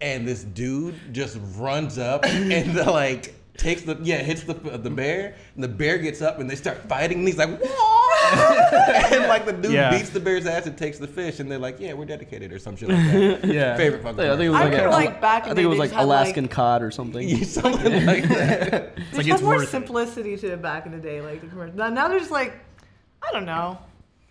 and this dude just runs up and the, like takes the yeah hits the the bear, and the bear gets up and they start fighting, and he's like, "Whoa!" and like the dude Yeah. beats the bear's ass and takes the fish, and they're like, "Yeah, we're dedicated" or some shit like that. Yeah. Favorite fucking. Yeah, I think it was I like, remember, a- like, back in the I think it was day, like they had, like- Alaskan cod or something. Yeah, something like that. There's like, it's just more worth it. simplicity to it back in the day, like the commercial. Now, now they're just like, I don't know,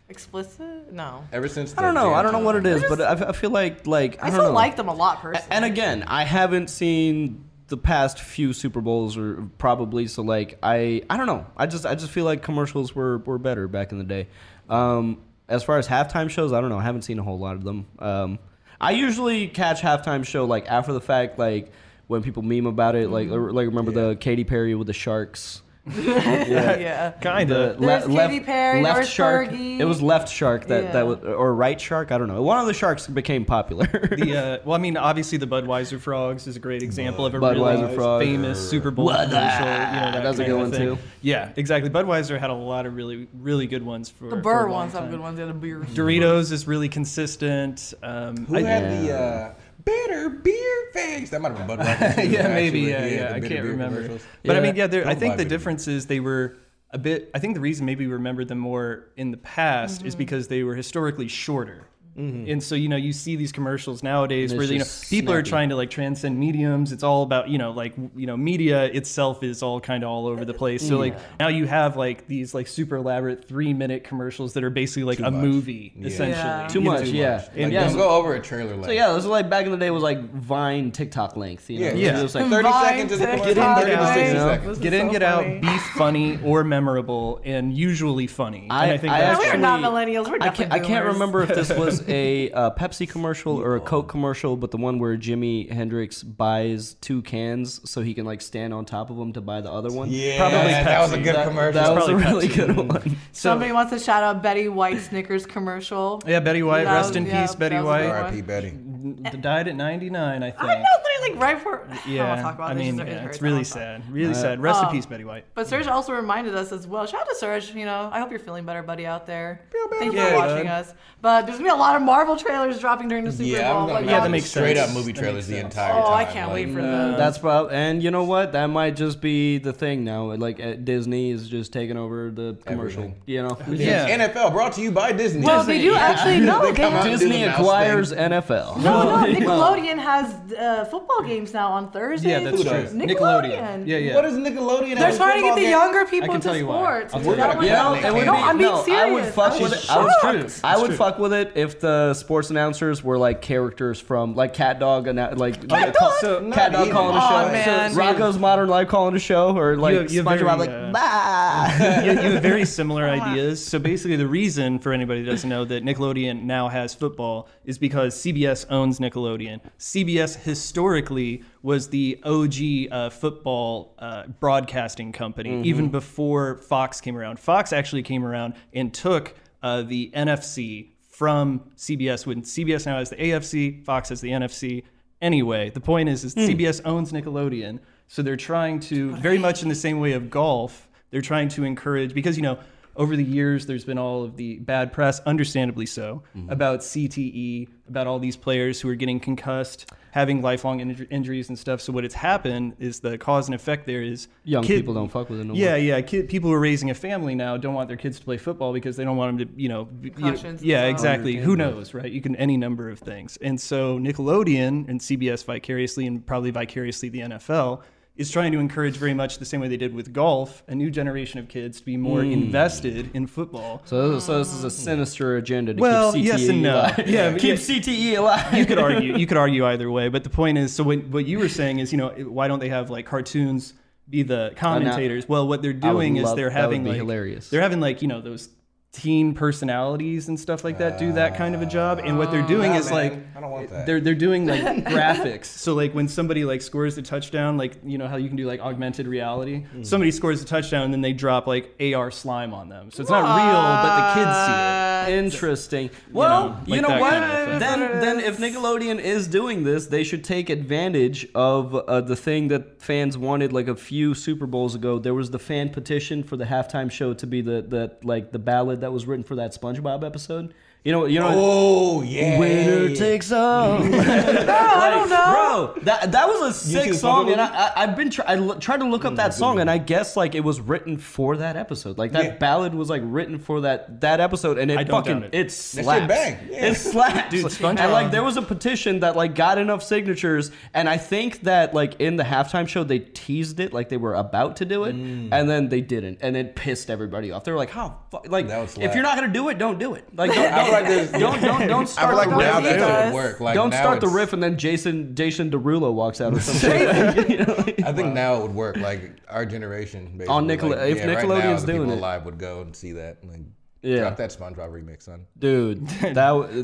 explicit. No, Ever since I don't know. I don't know what it is, They're but I, f- I feel like like I, I don't still know. like them a lot personally. And again, I haven't seen the past few Super Bowls or probably so like I I don't know. I just I just feel like commercials were were better back in the day. Um as far as halftime shows, I don't know. I haven't seen a whole lot of them. Um I usually catch halftime show like after the fact like when people meme about it Mm-hmm. like or- like remember the Katy Perry with the sharks. yeah. Kinda. The le- There's left, Katy Perry, left there's shark. Fergie. It was left shark that, Yeah. that was, or right shark. I don't know. One of the sharks became popular. The, uh, well, I mean, obviously the Budweiser frogs is a great example of a Budweiser really frog. famous Super Bowl Budweiser. commercial. You know, that That's a kind good of one, thing. too. Yeah, exactly. Budweiser had a lot of really, really good ones for the for burr a long ones have time. good ones. The other beer. Doritos is really consistent. Um, Who I- had the uh, bitter beer face? That might have been Budweiser. too, yeah, maybe. actually. Yeah, the yeah. I bitter can't beer remember. commercials. But I Yeah. mean, yeah. There, I Don't buy think the bitter beer. difference is they were a bit. I think the reason maybe we remember them more in the past is because they were historically shorter. And so you know you see these commercials nowadays And where it's you know just people are snappy. trying to like transcend mediums. It's all about you know like w- you know media itself is all kind of all over the place. So like now you have like these like super elaborate three minute commercials that are basically like a much. movie Yeah. essentially. Yeah. Too you know? much, yeah. Like, And don't yeah, so- go over a trailer length. So yeah, this is like back in the day was like Vine TikTok length. You know? Yeah. Yeah. It was like 30 Vine, seconds is TikTok, get in, to 30 60 Vine. seconds. This is Get in, so get funny. out, be funny or memorable, and usually funny. I, and I, I think No, that's we are actually, not millennials, we're I can't, I definitely can't boomers. remember if this was a uh, Pepsi commercial or a Coke commercial, but the one where Jimi Hendrix buys two cans so he can like stand on top of them to buy the other one. yeah, Probably that was a Pepsi. good that, commercial. that was a probably really Pepsi. good one. So- Somebody wants to shout out Betty White's Snickers commercial. Yeah, Betty White. That rest was- in yeah, peace, Betty that was a White. good one. R.I.P. Betty. D- Died at 99, I think. I know, but literally like right for. I don't want Yeah, to talk about I this. mean, it yeah, hurts. it's I really don't talk. sad. Really sad. Rest in Um, peace, Betty White. But Serge also reminded us as well. Shout out to Serge. You know, I hope you're feeling better, buddy, out there. Feel better, Thank you buddy. for watching us. But there's gonna be a lot of Marvel trailers dropping during the Super Bowl. Yeah, I'm gonna Like, be Yeah, that y'all makes straight sense. up movie That trailers makes the sense. entire time. Oh, I can't wait for that. the. That's probably, and you know what? That might just be the thing now. Like uh, Disney is just taking over the commercial. Everything. You know, Yeah. NFL brought to you by Disney. Well, they do actually know. They Come have, on. Disney Do the mouse acquires NFL. Oh, no, no, Nickelodeon has uh, football games now on Thursday. Yeah, that's Who true. does? Nickelodeon. Yeah, yeah. What is Nickelodeon? They're trying to get the younger I people can into tell you why. sports. I'll That tell you why. one- You know, no, it would be- I'm being serious. I would fuck I'm with it. I shocked. would, It's true. I It's would true. fuck with it if the sports announcers were like characters from like Cat Dog and that- like Cat Dog? so, Not Cat Dog even. calling a Aw, show, man. So, Rocco's Modern Life calling a show, or like have- you have SpongeBob very, like uh, bah. you, you have very similar ideas. So basically, the reason for anybody that doesn't know that Nickelodeon now has football is because CBS owns Nickelodeon. CBS historically was the OG uh, football uh, broadcasting company, even before Fox came around. Fox actually came around and took uh, the NFC from CBS. When CBS now has the AFC, Fox has the NFC. Anyway, the point is, is CBS owns Nickelodeon, so they're trying to very much in the same way of golf. They're trying to encourage because you know over the years there's been all of the bad press, understandably so, Mm-hmm. about CTE, about all these players who are getting concussed, having lifelong inj- injuries and stuff. So what has happened is the cause and effect there is Young kid- people don't fuck with it no more. yeah, yeah. Kid, people who are raising a family now don't want their kids to play football because they don't want them to, you know, b- you know- Concussions and yeah, stuff. exactly. Who knows, right? You can any number of things. And so Nickelodeon and CBS vicariously and probably vicariously the NFL is trying to encourage very much the same way they did with golf, a new generation of kids to be more invested in football. So, so this is a sinister agenda to Well, keep CTE yes and no. alive. Yeah, but keep yeah. CTE alive. you could argue you could argue either way but the point is so what, what you were saying is you know why don't they have like cartoons be the commentators well what they're I would doing is love- they're that would having be like hilarious. they're having like you know those teen personalities and stuff like that do that kind of a job and what they're doing Ah, Nah, is man. like I don't want that. they're they're doing like graphics so like when somebody like scores a touchdown like you know how you can do like augmented reality Hmm. somebody scores a touchdown and then they drop like AR slime on them so it's not real but the kids see it Ah. Interesting. Well, like you know, that what? kind of effect. then, then if Nickelodeon is doing this, they should take advantage of uh, the thing that fans wanted. Like a few Super Bowls ago, there was the fan petition for the halftime show to be the, the like the ballad that was written for that SpongeBob episode. You know, you know. Oh yeah. Winner takes all. I don't know. Bro, that that was a sick two song, fucking and I, I I've been try, I l- tried to look up that song, and I guess like it was written for that episode. Like that Yeah. ballad was like written for that that episode, and it I don't fucking doubt it. it. shit slaps. bang. Yeah. It slaps. Dude, SpongeBob- And like there was a petition that like got enough signatures, and I think that like in the halftime show they teased it like they were about to do it, Mm. and then they didn't, and it pissed everybody off. They were like, "How fuck like That would slap. if you're not gonna do it, don't do it. Like don't I feel like there's- don't, don't don't I start feel like the now that riff. that doesn't does. work. Like Don't now start the it's- riff and then Jason Jason Derulo walks out or something. You know, like- I think now it would work. Like our generation. Basically. On Nickel- like, if yeah, right now, Nickelodeon's the doing people it. alive would go and see that. Like, Yeah. drop that SpongeBob remix, son. dude, that w-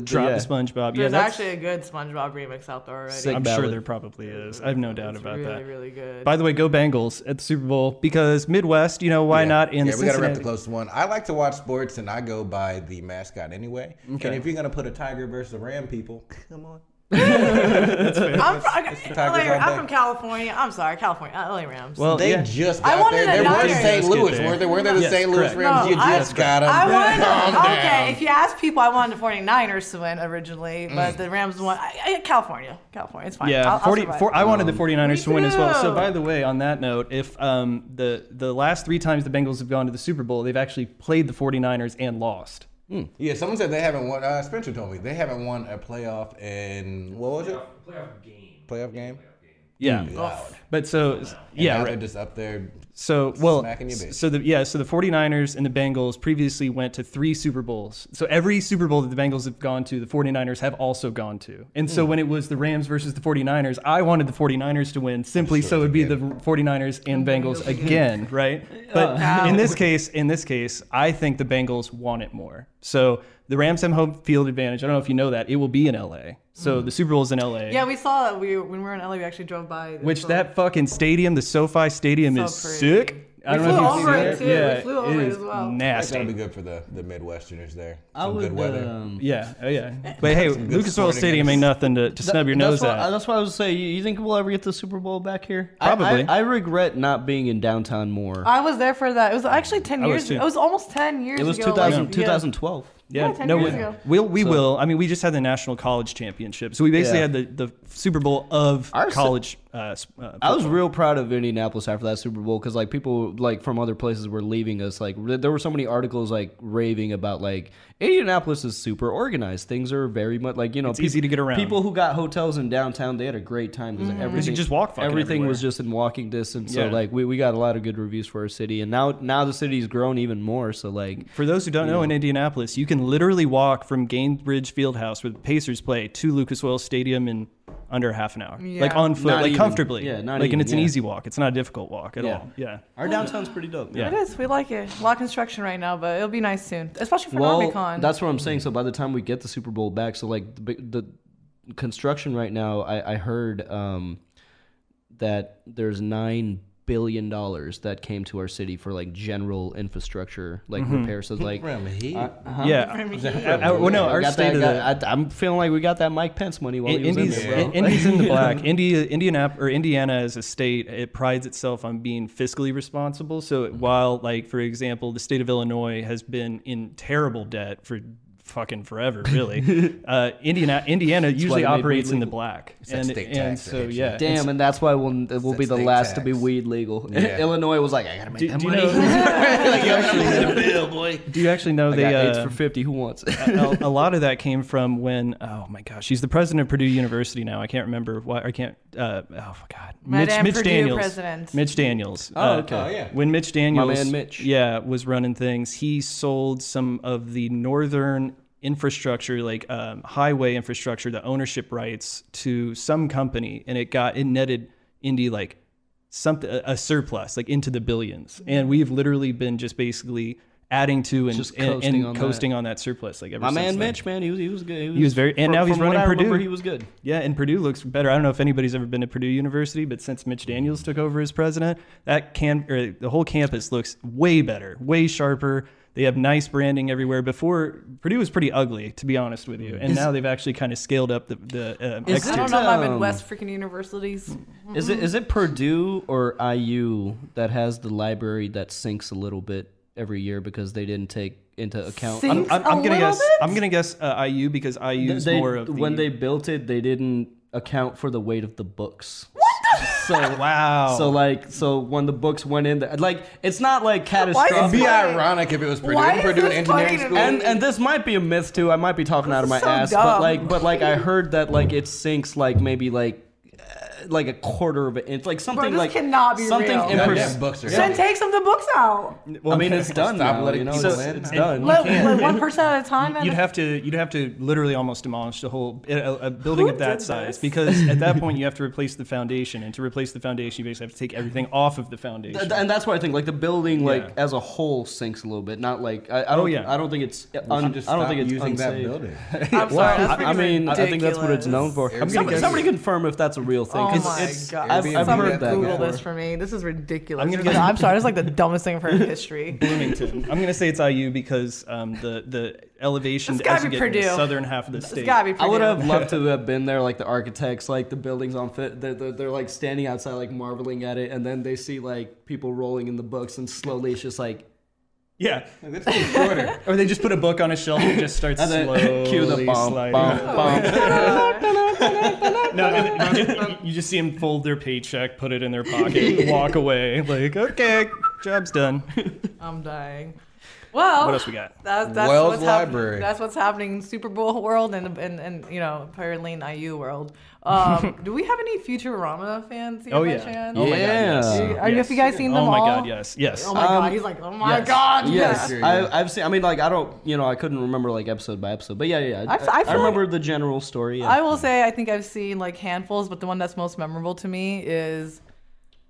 drop yeah. the SpongeBob yeah There's that's actually a good SpongeBob remix out there already. Sick. I'm sure ballad. there probably is. I have no doubt It's about really, that. really good. By the way, go Bengals at the Super Bowl because Midwest, you know, why not? And yeah, the we gotta rep the Cincinnati- closest one. I like to watch sports, and I go by the mascot anyway. And if you're gonna put a tiger versus a ram, people, come on. I'm from, the Tigers LA, all I'm day. from California. I'm sorry, California, uh, LA Rams. Well, They yeah. just I got wanted there. a They were Dodgers. St. Louis, Just get weren't they? Weren't they the there. St. Louis Yes, Rams? you I- just got them. I Calm wanted. down. Okay, if you ask people, I wanted the 49ers to win originally, but the Rams won. I, I, California, California, it's fine. Yeah, I'll, 40 I'll survive. four- I wanted the Um, 49ers to me win as well. So too. by the way, on that note, if um, the the last 3 times the Bengals have gone to the Super Bowl, they've actually played the 49ers and lost. Yeah, someone said they haven't won. Uh, Spencer told me they haven't won a playoff in what was it? Playoff game. Playoff game. Oh, Yeah. But so yeah, Mm. now right. They're just up there. So well, Smacking your bitch. so the yeah, so the 49ers and the Bengals previously went to three Super Bowls. So every Super Bowl that the Bengals have gone to, the 49ers have also gone to. And so when it was the Rams versus the 49ers, I wanted the 49ers to win simply so it would be the 49ers and Bengals again, right? But in this case, in this case, I think the Bengals want it more. So the Rams have home field advantage. I don't know if you know that. It will be in LA. So the Super Bowl is in LA. Yeah, we saw that we when we were in LA, we actually drove by. Which that fucking stadium, the SoFi Stadium, So is pretty. sick. I don't flew know if you've seen over it, it. too. We Yeah, flew over it is as well. That's Nasty. gonna be good for the, the Midwesterners there. I Some would. good weather. um, Yeah, oh yeah. But hey, good Lucas Oil sporting Stadium ain't nothing to, to snub your Th- nose that's at. What, that's what I was saying. You, you think we'll ever get the Super Bowl back here? I- Probably. I, I regret not being in downtown more. I was there for that. It was actually ten I was years. too. It was almost ten years. it was ago, 2000, like, yeah. 2012. yeah, Yeah, 10 no, years we, ago. we'll, we will. I mean, we just had the National College Championship, so we basically Yeah. had the, the Super Bowl of Our se- college. Uh, s- uh, I was real proud of Indianapolis after that Super Bowl because like people like from other places were leaving us. Like re- there were so many articles like raving about like Indianapolis is super organized. Things are very much like you know It's easy to get around. Mm-hmm. People who got hotels in downtown they had a great time because everything just walk fucking Everything everywhere. was just in walking distance. Yeah. So like we, we got a lot of good reviews for our city, and now now the city's grown even more. So like For those who don't know, in Indianapolis, you can literally walk from Gainbridge Fieldhouse, where the Pacers play, to Lucas Oil Stadium in under half an hour, like Yeah. on foot, Not like even. comfortably. Yeah, not like, even, and it's an yeah. easy walk. It's not a difficult walk at Yeah. all. Yeah. our downtown's pretty dope. Yeah. It is. We like it. A lot of construction right now, but it'll be nice soon, especially for Well, Comic Con. that's what I'm saying. So by the time we get the Super Bowl back, so like the, big- the construction right now, I, I heard um, that there's nine billion dollars that came to our city for like general infrastructure, like repairs. So like, From here. Yeah. I- I- Mm-hmm. well, no, I our got state that, of the- got- I, am feeling like we got that Mike Pence money while he was in Indy's, there. bro. in, Indy's in the black. India, Indianap- or Indiana as a state, it prides itself on being fiscally responsible. So while, like for example, the state of Illinois has been in terrible debt for fucking forever, really. uh, Indiana, Indiana usually why they made operates weed in the legal. black, that and, state and tax, so actually. yeah. Damn, and that's why we'll it will be the state last to tax. be weed legal. Yeah. Illinois was like, I gotta make Do, that do you money. know? Like, yo, I'm gonna pay the bill, boy. Do you actually know I they? got uh, AIDS for fifty. Who wants? it? a, a lot of that came from when oh my gosh he's the president of Purdue University now I can't remember why I can't uh, oh my god Mitch, Madame Mitch Purdue Daniels president. Mitch Daniels oh, okay. Oh, yeah. when Mitch Daniels man Mitch. yeah was running things he sold some of the northern infrastructure like um, highway infrastructure the ownership rights to some company and it got it netted Indy like something a a surplus like into the billions and we've literally been just basically adding to and Just and- coasting and on that. coasting on that surplus like ever My since then. man Mitch, man, he was he was good. He was very- and now he's from what running I remember, Purdue. He was good. Yeah, and Purdue looks better. I don't know if anybody's ever been to Purdue University, but since Mitch Daniels took over as president, that can or the whole campus looks way better, way sharper. They have nice branding everywhere. Before Purdue was pretty ugly, to be honest with you, and now they've actually kind of scaled up the the um, Is I exterior. don't know my Um, Midwest freaking universities. Is it is it Purdue or IU that has the library that sinks a little bit every year because they didn't take into account? Sinks? I'm- I'm, I'm A gonna little guess. bit? I'm gonna guess uh, IU because IU is they- more of the, when they built it, they didn't account for the weight of the books. What the? So wow. so like so when the books went in, there, like it's not like It'd catastrophic. be Why- ironic if it was Purdue. why Isn't is Purdue an this engineering funny to school? me? and and this might be a myth too. I might be talking out of my This is so ass, but dumb. like but like I heard that like it sinks like maybe like uh, like a quarter of an inch, like something this like cannot be something real. in Goddamn pers- books are Then take some of the books out. I mean, it's done Stop now. letting You know, people it's, in. it's done. Let, let one person at a time. You'd and- have to you'd have to literally almost demolish the whole a, a- a building Who of that did size this? because at that point you have to replace the foundation and to replace the foundation you basically have to take everything off of the foundation. Th- And that's why I think like the building like Yeah. as a whole sinks a little bit. Not like I, I don't. yeah. I don't think it's. We Oh, should Un, just I don't stop think it's using that unsafe. building. I'm sorry. I, That's I mean, I think that's what ridiculous. it's known for. I'm gonna Somebody, guess- somebody confirm if that's a real thing. Oh It's- my it's- god! I've, I've Airbnb heard that. had that Google before. this for me. This is ridiculous. I'm I'm, gonna go- sorry. This is like the dumbest thing I've heard in history. Bloomington. I'm gonna say it's IU because um, the the elevation It's gotta as you be get to the Purdue. southern half of the state. It's gotta be. I would Purdue. have loved to have been there, like the architects, like the buildings on fit. They're, they're, they're like standing outside, like marveling at it, and then they see like people rolling in the books, and slowly it's just like Yeah. That's getting shorter. Or they just put a book on a shelf and just starts and then slowly cue the bomb, sliding. bomb, bomb. No, and you, just, you just see them fold their paycheck, put it in their pocket, walk away. Like, okay, job's done. I'm dying. Well, What else we got? That's, that's Wells what's hap- Library. that's what's happening in Super Bowl world and and, and you know apparently in IU world. Um, do we have any Futurama fans here Oh by yeah. chance? Oh my Yeah. god. Yes. Do you- are you- have you guys seen them Oh my all? god. Yes. Yes. Oh my god! He's like, oh my yes. god! Um, Yes, yes. I, I've seen. I mean, like I don't, you know, I couldn't remember like episode by episode, but yeah, yeah. yeah. I f- I feel remember the general story. Yeah. I will say I think I've seen like handfuls, but the one that's most memorable to me is.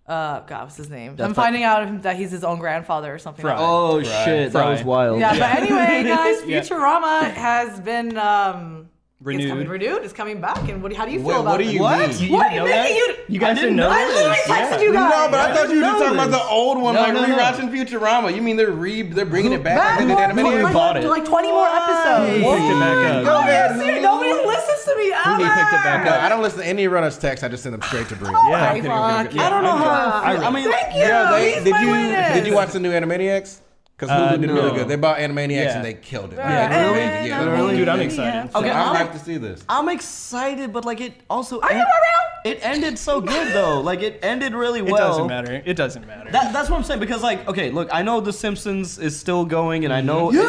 Uh, God, what's his name? I'm That's not- finding out that he's his own grandfather or something. like Fry. that. oh shit, that Fry. was wild. Yeah, but anyway, guys, Yeah. Futurama has been um, It's renewed. coming renewed. It's coming back. And what? do- How do you feel What- about what do it? you What? mean? You What didn't do you know mean? that? You- You guys I didn't didn't know know I literally this. texted Yeah. you guys. No, but I, I thought didn't you were just talking know about the this. old one, No, like no, no. rewatching Futurama. You mean they're re they're bringing it back like they did Back animated? more, Who like, bought it? like 20 more episodes. Who picked it back up? Go Oh, ahead. yes, dude, nobody listens to me ever. picked it back No, up? I don't listen to any runners text. I just send them straight to Bree. Yeah, Hey, I'm kidding, Vaughn, I'm kidding, I'm kidding. I don't Yeah, know I'm kidding. how. I, I mean, Thank you. Yeah, He's they, did my you witness. did you watch the new Animaniacs? Because Hulu Uh, did really no. good. They bought Animaniacs Yeah. and they killed it. Yeah, Like, they really? really- yeah. Literally? Dude, I'm Yeah. Oh, excited. So Okay, I'm I'm- hyped to see this. I'm excited, but like it also. Are you around? It ended so good though. Like it ended really It well. doesn't matter. It doesn't matter. That, that's what I'm saying because like okay, look, I know The Simpsons is still going, and I know. it-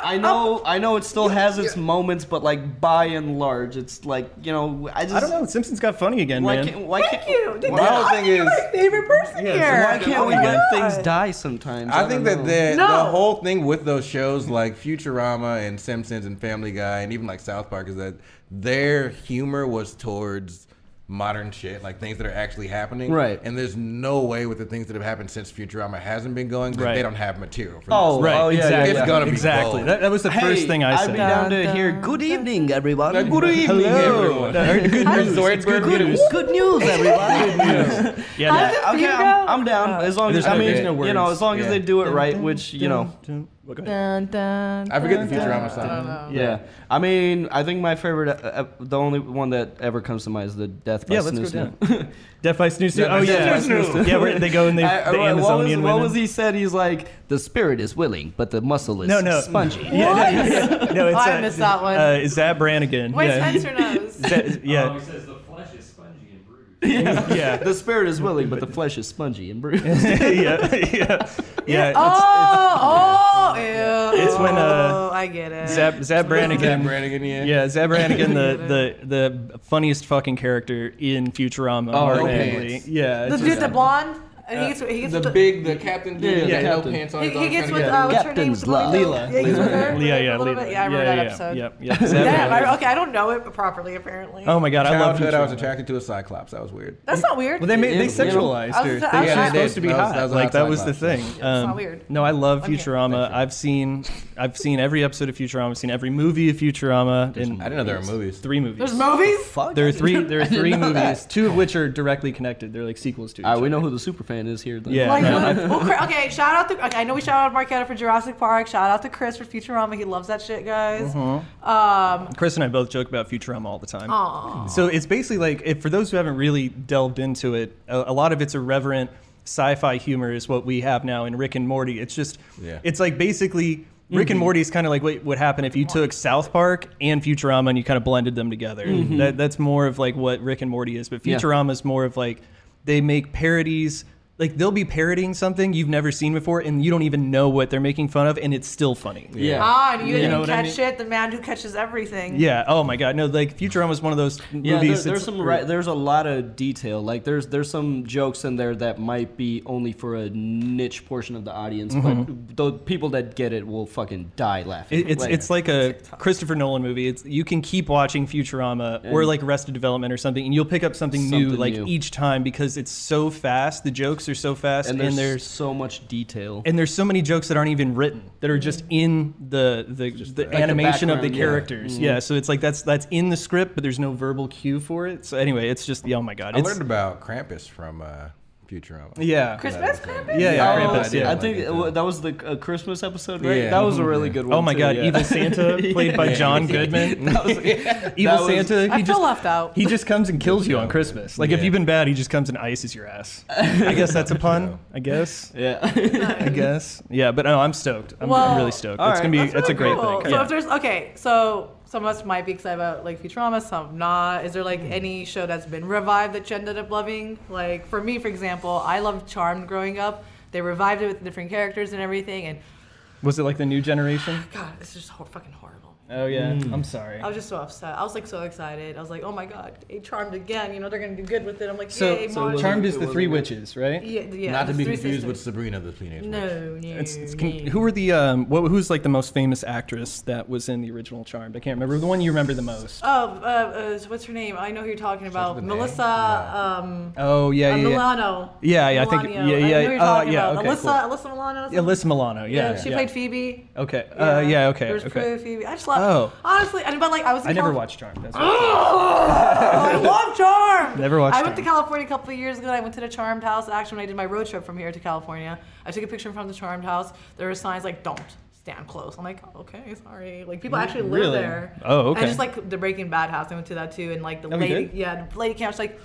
I know, I know, it still has its moments, but like by and large, it's like you know, I just I don't know. Simpsons got funny again, Why man. can't, why Thank can't, you. Did Well, that, the I thing think you're my is- favorite person Yeah, so here. Why can't Oh we my let God. things die sometimes? I think that the, No. the whole thing with those shows like Futurama and Simpsons and Family Guy and even like South Park is that their humor was towards modern shit, like things that are actually happening. Right. And there's no way with the things that have happened since Futurama hasn't been going that Right. they don't have material for Oh, this. Right. Oh, yeah, yeah, exactly. yeah. It's gonna be exactly. gold. That, that was the first thing I would said. be down to Dun, hear. dun, Good evening, everyone. Good evening, Hello. everyone. Good news. It's good Zoidberg news. Good news, everyone. Yeah, that- just- okay, You Oh. know- I'm, I'm down as long as There's I no- mean, there's no you know, words. as long as Yeah. they do it right, which you know, Well, go ahead. Dun, dun, I forget the dun, Futurama dun. song. yeah. I mean, I think my favorite, uh, uh, the only one that ever comes to mind is the Death by Yeah, let's go Snooze. down. Snoo. Death by Snoo Snoo. Yeah, Oh yeah, Death by Snoo Snoo. yeah. Where they go and they I- I- the what was- Amazonian what, was, women. he said? He's like, the spirit is willing, but the muscle is No, no. spongy. Yeah, no, yeah. no, it's I uh, missed that one. Uh, is that Brannigan? Wait, yeah. Spencer knows. That- Oh, yeah, he says the flesh is spongy and bruised. yeah, The spirit is willing, but the flesh is spongy and bruised. yeah, yeah, yeah. Oh, oh, ew. It's when, uh, Oh, I get it. It's Zab, Zab Zach Brannigan. Brannigan, yeah. Yeah, Zab Brannigan, the, the the funniest fucking character in Futurama. Oh, Mark no Bagley. pants. Yeah, the it's dude, just- the blonde. And he gets, he gets The with the- big, the captain dude, Yeah, with yeah, no captain. pants on. He, he's all he gets trying with to uh, what's her name? Captain's love. Leela. Yeah, he's with her. yeah, yeah, a little Leela. bit. yeah, I yeah, remember that yeah, episode. Yep, yep. Zab Damn, I, Brannigan. okay, I don't know it properly apparently. Oh my god, I love Childhood, I was Futurama. attracted to a Cyclops. That was weird. That's not weird. Well, they made, they Yeah, yeah. sexualized I was her. gonna say- They- I was she gonna was say- supposed to be Yeah, they did. hot. That was- that was like that outside was the box. thing. Um, not weird. No, I love Okay. Futurama. I've seen, I've seen every episode of Futurama. I've seen every movie of Futurama. In I didn't know there were movies. Three movies. There's movies. Fuck. there are three. There are three movies, two of which are directly connected. They're like sequels to each All right, other. we know who the super fan is here. Then. Yeah. Like, no, what- I've- well, Chris- okay, shout out to. Okay, I know we shout out Marquetta for Jurassic Park. Shout out to Chris for Futurama. He loves that shit, guys. Uh-huh. Um, Chris and I both joke about Futurama all the time. aw. So it's basically like, if, for those who haven't really delved into it, a, a lot of it's irreverent sci-fi humor is what we have now in Rick and Morty. It's just, Yeah. it's like basically Rick and Morty is kind of like what would happen if you took South Park and Futurama and you kind of blended them together. That, that's more of like what Rick and Morty is, but Yeah. Futurama is more of like they make parodies. Like they'll be parodying something you've never seen before, and you don't even know what they're making fun of, and it's still funny. Yeah. Ah, and you You didn't know what I catch it. The man who catches everything. Yeah. Oh my God. No. Like Futurama is one of those Yeah, there, movies. there's that's- some right, there's a lot of detail. Like there's there's some jokes in there that might be only for a niche portion of the audience, but the people that get it will fucking die laughing. Mm-hmm. It, it's it's like a Christopher Nolan movie. It's you can keep watching Futurama or like Arrested Development or something, and you'll pick up something, new Something like new. each time because it's so fast. The jokes are so fast, and there's, and there's so much detail. and there's so many jokes that aren't even written that are just in the the, the the animation of the background, yeah. Mm-hmm. characters. Yeah. so it's like that's that's in the script, but there's no verbal cue for it. So anyway, it's just oh my god, I it's learned about Krampus from uh, Futurama. yeah, Christmas Krampus? yeah, yeah, Oh, Krampus, yeah. I think it wa- that was the uh, Christmas episode, right? Yeah. That was a really good one. Oh my too, god, yeah. Evil Santa, played by Yeah. John Goodman. that Evil was- Santa, he I feel just left out. he just comes and kills you on Christmas. Like if Yeah. you've been bad, he just comes and ices your ass. I guess that's a pun. I guess. yeah. I guess. Yeah, but no, I'm stoked. I'm, I'm Well, really stoked. all It's gonna be. right. It's a great Cool. thing. So Yeah. if there's okay, so some of us might be excited about like Futurama, some not. Is there like Mm. any show that's been revived that you ended up loving? Like for me, for example, I loved Charmed growing up. They revived it with different characters and everything, and Was it like the new generation? God, it's just hor- fucking horrible. Oh yeah. I'm sorry. I was just so upset. I was like so excited. I was like, oh my god, they charmed again. You know they're gonna do good with it. I'm like, So, yay, so Marge." Charmed is the it wasn't Three good. Witches, right? Yeah, yeah, Not to it's be three confused with sisters. Sabrina the Teenage Witch. No, no, It's, it's, no. con- who were the um? What, who's like the most famous actress that was in the original Charmed? I can't remember the one you remember the most. Oh, uh, uh, what's her name? I know who you're talking about. with an A? Melissa. No. Um, Oh yeah, Uh, yeah, yeah. Milano. Yeah, yeah, I think- Milano. yeah, I know yeah, who you're uh, talking yeah, about. okay, Alyssa, Alyssa Milano. or something? Alyssa Milano. Yeah, she yeah. played played Phoebe. Okay. Uh, yeah. Okay. There's Okay. Prue, Phoebe. I just love. Oh. Honestly, and but like I was. in I never Calif- watched Charmed. That's right. Oh, I love Charmed. Never watched I went to Charmed. California a couple of years ago. and I went to the Charmed house. Actually, when I did my road trip from here to California, I took a picture in front of the Charmed house. There were signs like "Don't stand close." I'm like, okay, sorry. Like people actually live Mm, Really? there. Oh, And okay. just like the Breaking Bad house, I went to that too. And like the Oh, you lady, did? yeah, the lady came. She's like,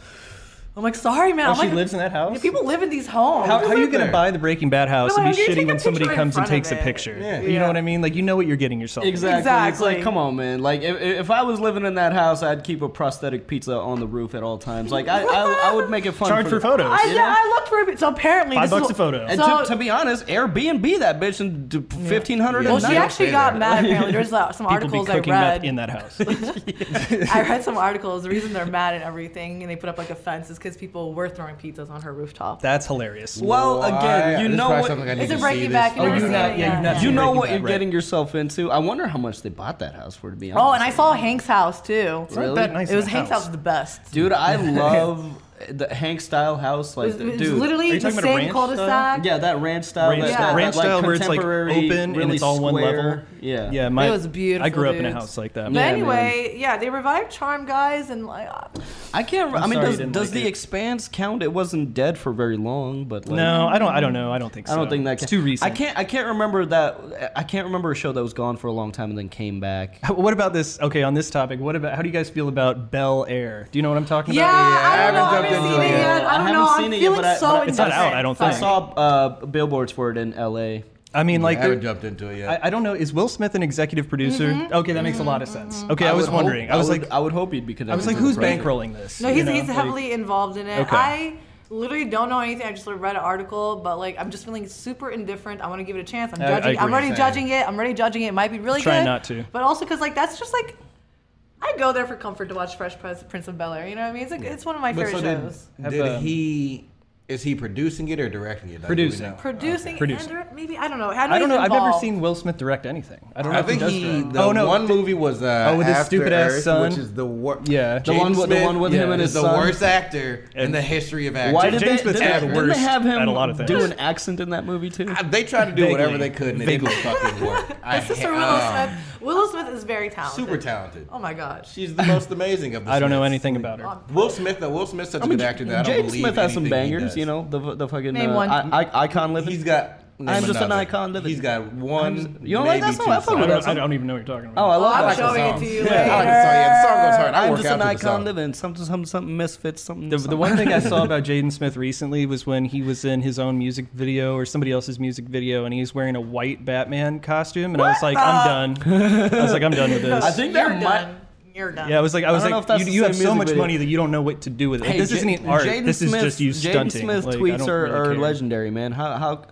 I'm like, sorry, man. Oh, I'm she like, lives in that house? Yeah, people live in these homes. How, how are you live gonna there. buy the Breaking Bad house No, and I'm be gonna take shitty a when somebody picture in comes and front of takes a it. picture? Yeah. You know Yeah. what I mean? Like you know what you're getting yourself. into. Exactly. It's Exactly. like, come on, man. Like, if, if I was living in that house, I'd keep a prosthetic pizza on the roof at all times. Like, I I, I would make it fun. Charge for the- photos. I, know? yeah, I looked for it. So apparently, Five this bucks is a what- photo. And So- to, to be honest, Airbnb that bitch in d- fifteen hundred. Yeah. a Well, Not she night. gonna actually say got that. mad apparently. There's uh, some People be articles I cooking meth read. in that house. I read some articles. The reason they're mad at everything and they put up like a fence is because people were throwing pizzas on her rooftop. That's hilarious. Well, Why? again, you This is know probably what- something I need It's a to Breaking see Bad. this. You Oh, never you're seen not- it yeah, yet. you've not you seen know Breaking what Bad, you're right? getting yourself into. I wonder how much they bought that house for. To be honest. Oh, and I saw Hank's house too. Really? Not that nice It was of a Hank's house house. was the best. dude, I love the Hank style house. It Like, was, it was dude, Uh, Are literally you the talking about a same ranch cul-de-sac. Yeah, that ranch style. Ranch that, style. that- Ranch that, like, style where it's, like, contemporary, open and really it's all one square. level. Yeah. Yeah, my, It was beautiful, I grew up in a dude. house like that. But Yeah, man. anyway, yeah, they revived Charm guys and like uh, I can't. i I'm mean, sorry you does, didn't does like the it. Expanse count? It wasn't dead for very long, but like, No, I don't. I don't know. I don't think so. I don't think that. It's can- too recent. I can't. I can't remember that. I can't remember a show that was gone for a long time and then came back. How- What about this? Okay, on this topic, what about how do you guys feel about Bel Air? Do you know what I'm talking yeah, about? I don't know. I haven't haven't jumped seen into it it yet. yet. I I don't haven't know. I'm seen it yet, feeling but I- so but I- It's not out, indifferent. I don't I think. saw uh, billboards for it in L.A. I mean, I like, haven't jumped into it yet. I, I don't know. Is Will Smith an executive producer? Okay, that makes a lot of sense. Okay, I, was would hope- wondering. I was would- like, I would hope he'd be. I was like, who's bankrolling this? No, You he's, know, he's like- heavily involved in it. Okay. I literally don't know anything. I just sort of read an article, but like I'm just feeling super indifferent. I want to give it a chance. I'm I- I judging. I am agree. already Same. judging it. I'm already judging it. It might be really Try good. not to. But also because like that's just like I go there for comfort to watch Fresh Prince, Prince of Bel Air. You know what I mean? It's like, it's one of my But favorite so did, shows. Have, did um, he? Is he producing it or directing it? Like, do we Producing. know? Producing, Producing. and direct- maybe I don't know. I, know I don't he's know. I've never involved. seen Will Smith direct anything. I don't know. I if think he, does he. direct. The oh no, one movie was uh, Oh, with his After stupid-ass Earth, son? which is the worst. Yeah. The one with- the one with him and his the son? worst actor in And- the history of acting. Why did James they, Smith's didn't- one of the didn't they worst have him at a lot of do things. an accent in that movie too? I- they tried to do Vaguely. whatever they could, and it didn't fucking work. I It's just ha- for Willow uh, Smith. Willow Smith is very talented. Super talented. Oh my gosh. She's the most amazing of the. I don't know Smiths. anything about Oh, her. Will Smith, though, Will Smith's such a good actor that I don't James believe Smith has some anything he bangers, does. you know, the the fucking Name uh, one. I, I, icon living. He's got. I'm name just an another. icon living. He's got one. just- you don't like maybe that song? two I fuck with I songs. that don't, I don't even know what you're talking oh, I about. love I'm that showing song. it to you Yeah, later. I like the song. Yeah, the song goes hard. I I'm work just out an to the icon song. living. Something, something, something, misfits, something. The, the something. one thing I saw about Jaden Smith recently was when he was in his own music video or somebody else's music video, and he was wearing a white Batman costume, and I was like, I'm done. I was like, I'm done with this. I think You're that might. done. You're done. Yeah, I was like, I was don't know like, if that's you, the you have same so music much video. money that you don't know what to do with it. Hey, this Ja- isn't even art. Jaden this is Smith's- just you Jaden stunting. Smith's Like, I tweets don't are, really are care. legendary, man. How how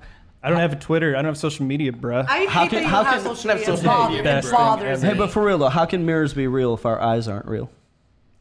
I don't have a Twitter. I don't have social media, bruh. I hate How can- that you how don't have can- social media. social It bothers- media, it bro. bothers Hey, me. Ever. but for real though, how can mirrors be real if our eyes aren't real?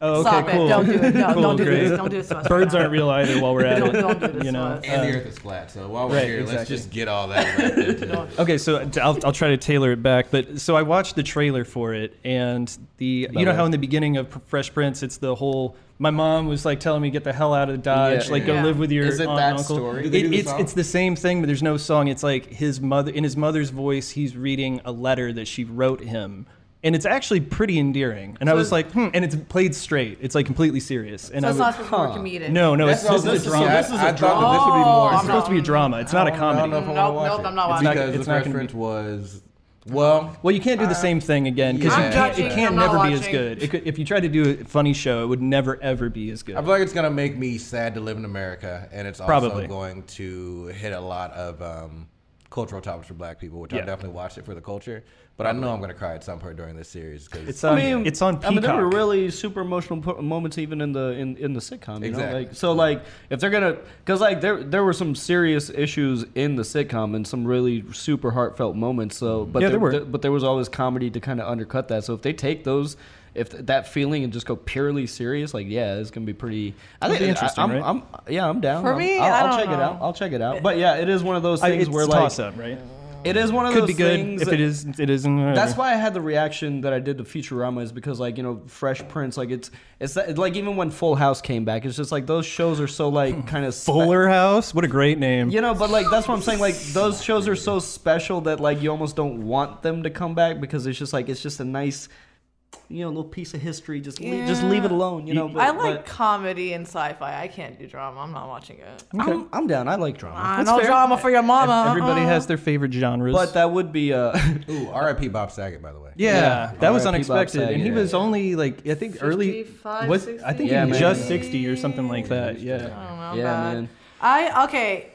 oh, okay, Stop cool. it. Don't do it. No, Cool, don't do great. this. Don't do this to us. Birds Right now. aren't real either. While we're at Don't- it, don't do this you to know. us. And the Earth is flat. So while we're right, here, let's exactly. just get all that. Right there, too. Okay, so t- I'll, I'll try to tailor it back. But so I watched the trailer for it, and the you know how in the beginning of P- Fresh Prince, it's the whole. My mom was like telling me get the hell out of Dodge, Yeah. like Yeah. go live with your Is it aunt that and uncle. story? Do they It- do the it's song? it's the same thing, but there's no song. It's like his mother in his mother's voice. He's reading a letter that she wrote him. And it's actually pretty endearing. And I was like, hmm. And it's played straight. It's like completely serious. And So I was- it's not supposed to be more comedic. no, no, it's, That's all- this, is a drama. I- This is a I thought that this would be drama. more. Oh, it's supposed to be Um, drama. It's not a I comedy. don't know if I Nope, want to watch nope, it. I'm not watching it. Because It's the not first gonna be- Prince was well. Well, you can't do the same thing again because I'm you can't, judging, it can't I'm not never be as watching. good. It could, if you try to do a funny show, it would never ever be as good. I feel like it's gonna make me sad to live in America, and it's also Probably. going to hit a lot of um, cultural topics for Black people, which I Yeah. definitely watched it for the culture. But I know I'm gonna cry at some point during this series It's because on, it's on I mean, Peacock. there were really super emotional po- moments even in the in, in the sitcom. You know? Exactly. Like, so, like, if they're gonna, because like there there were some serious issues in the sitcom and some really super heartfelt moments. So, but Yeah, there were. but there was always comedy to kind of undercut that. So if they take those. If th- that feeling and just go purely serious, like yeah, it's gonna be pretty. I It'll think be interesting, I'm, right? I'm, yeah, I'm down. For I'm- me, I'll, I I'll don't check it know. out. I'll check it out. But yeah, it is one of those I- things it's where like toss up, right? It is one of Could those be good things if that- it is. It isn't. uh, That's why I had the reaction that I did to Futurama is because like you know Fresh Prince like it's it's that, like even when Full House came back it's just like those shows are so like kind of Fuller House. What a great name. you know but like that's what I'm saying like those shows are so special that like you almost don't want them to come back because it's just like it's just a nice you know little piece of history just le- just leave it Yeah. alone you know but, I like but comedy and sci-fi. I can't do drama. I'm not watching it. I'm, I'm down I like drama Ah, no drama for your mama. Everybody uh-uh. has their favorite genres. uh-huh. but that would be uh Ooh, R.I.P. Bob Saget, by the way. yeah, Yeah. that was R.I.P. Bob unexpected, Saget. and he was only like I think early. 55, Was I think 60? Yeah, he was man. just sixty or something like that. Yeah. I don't know, Yeah, bad. man. I okay.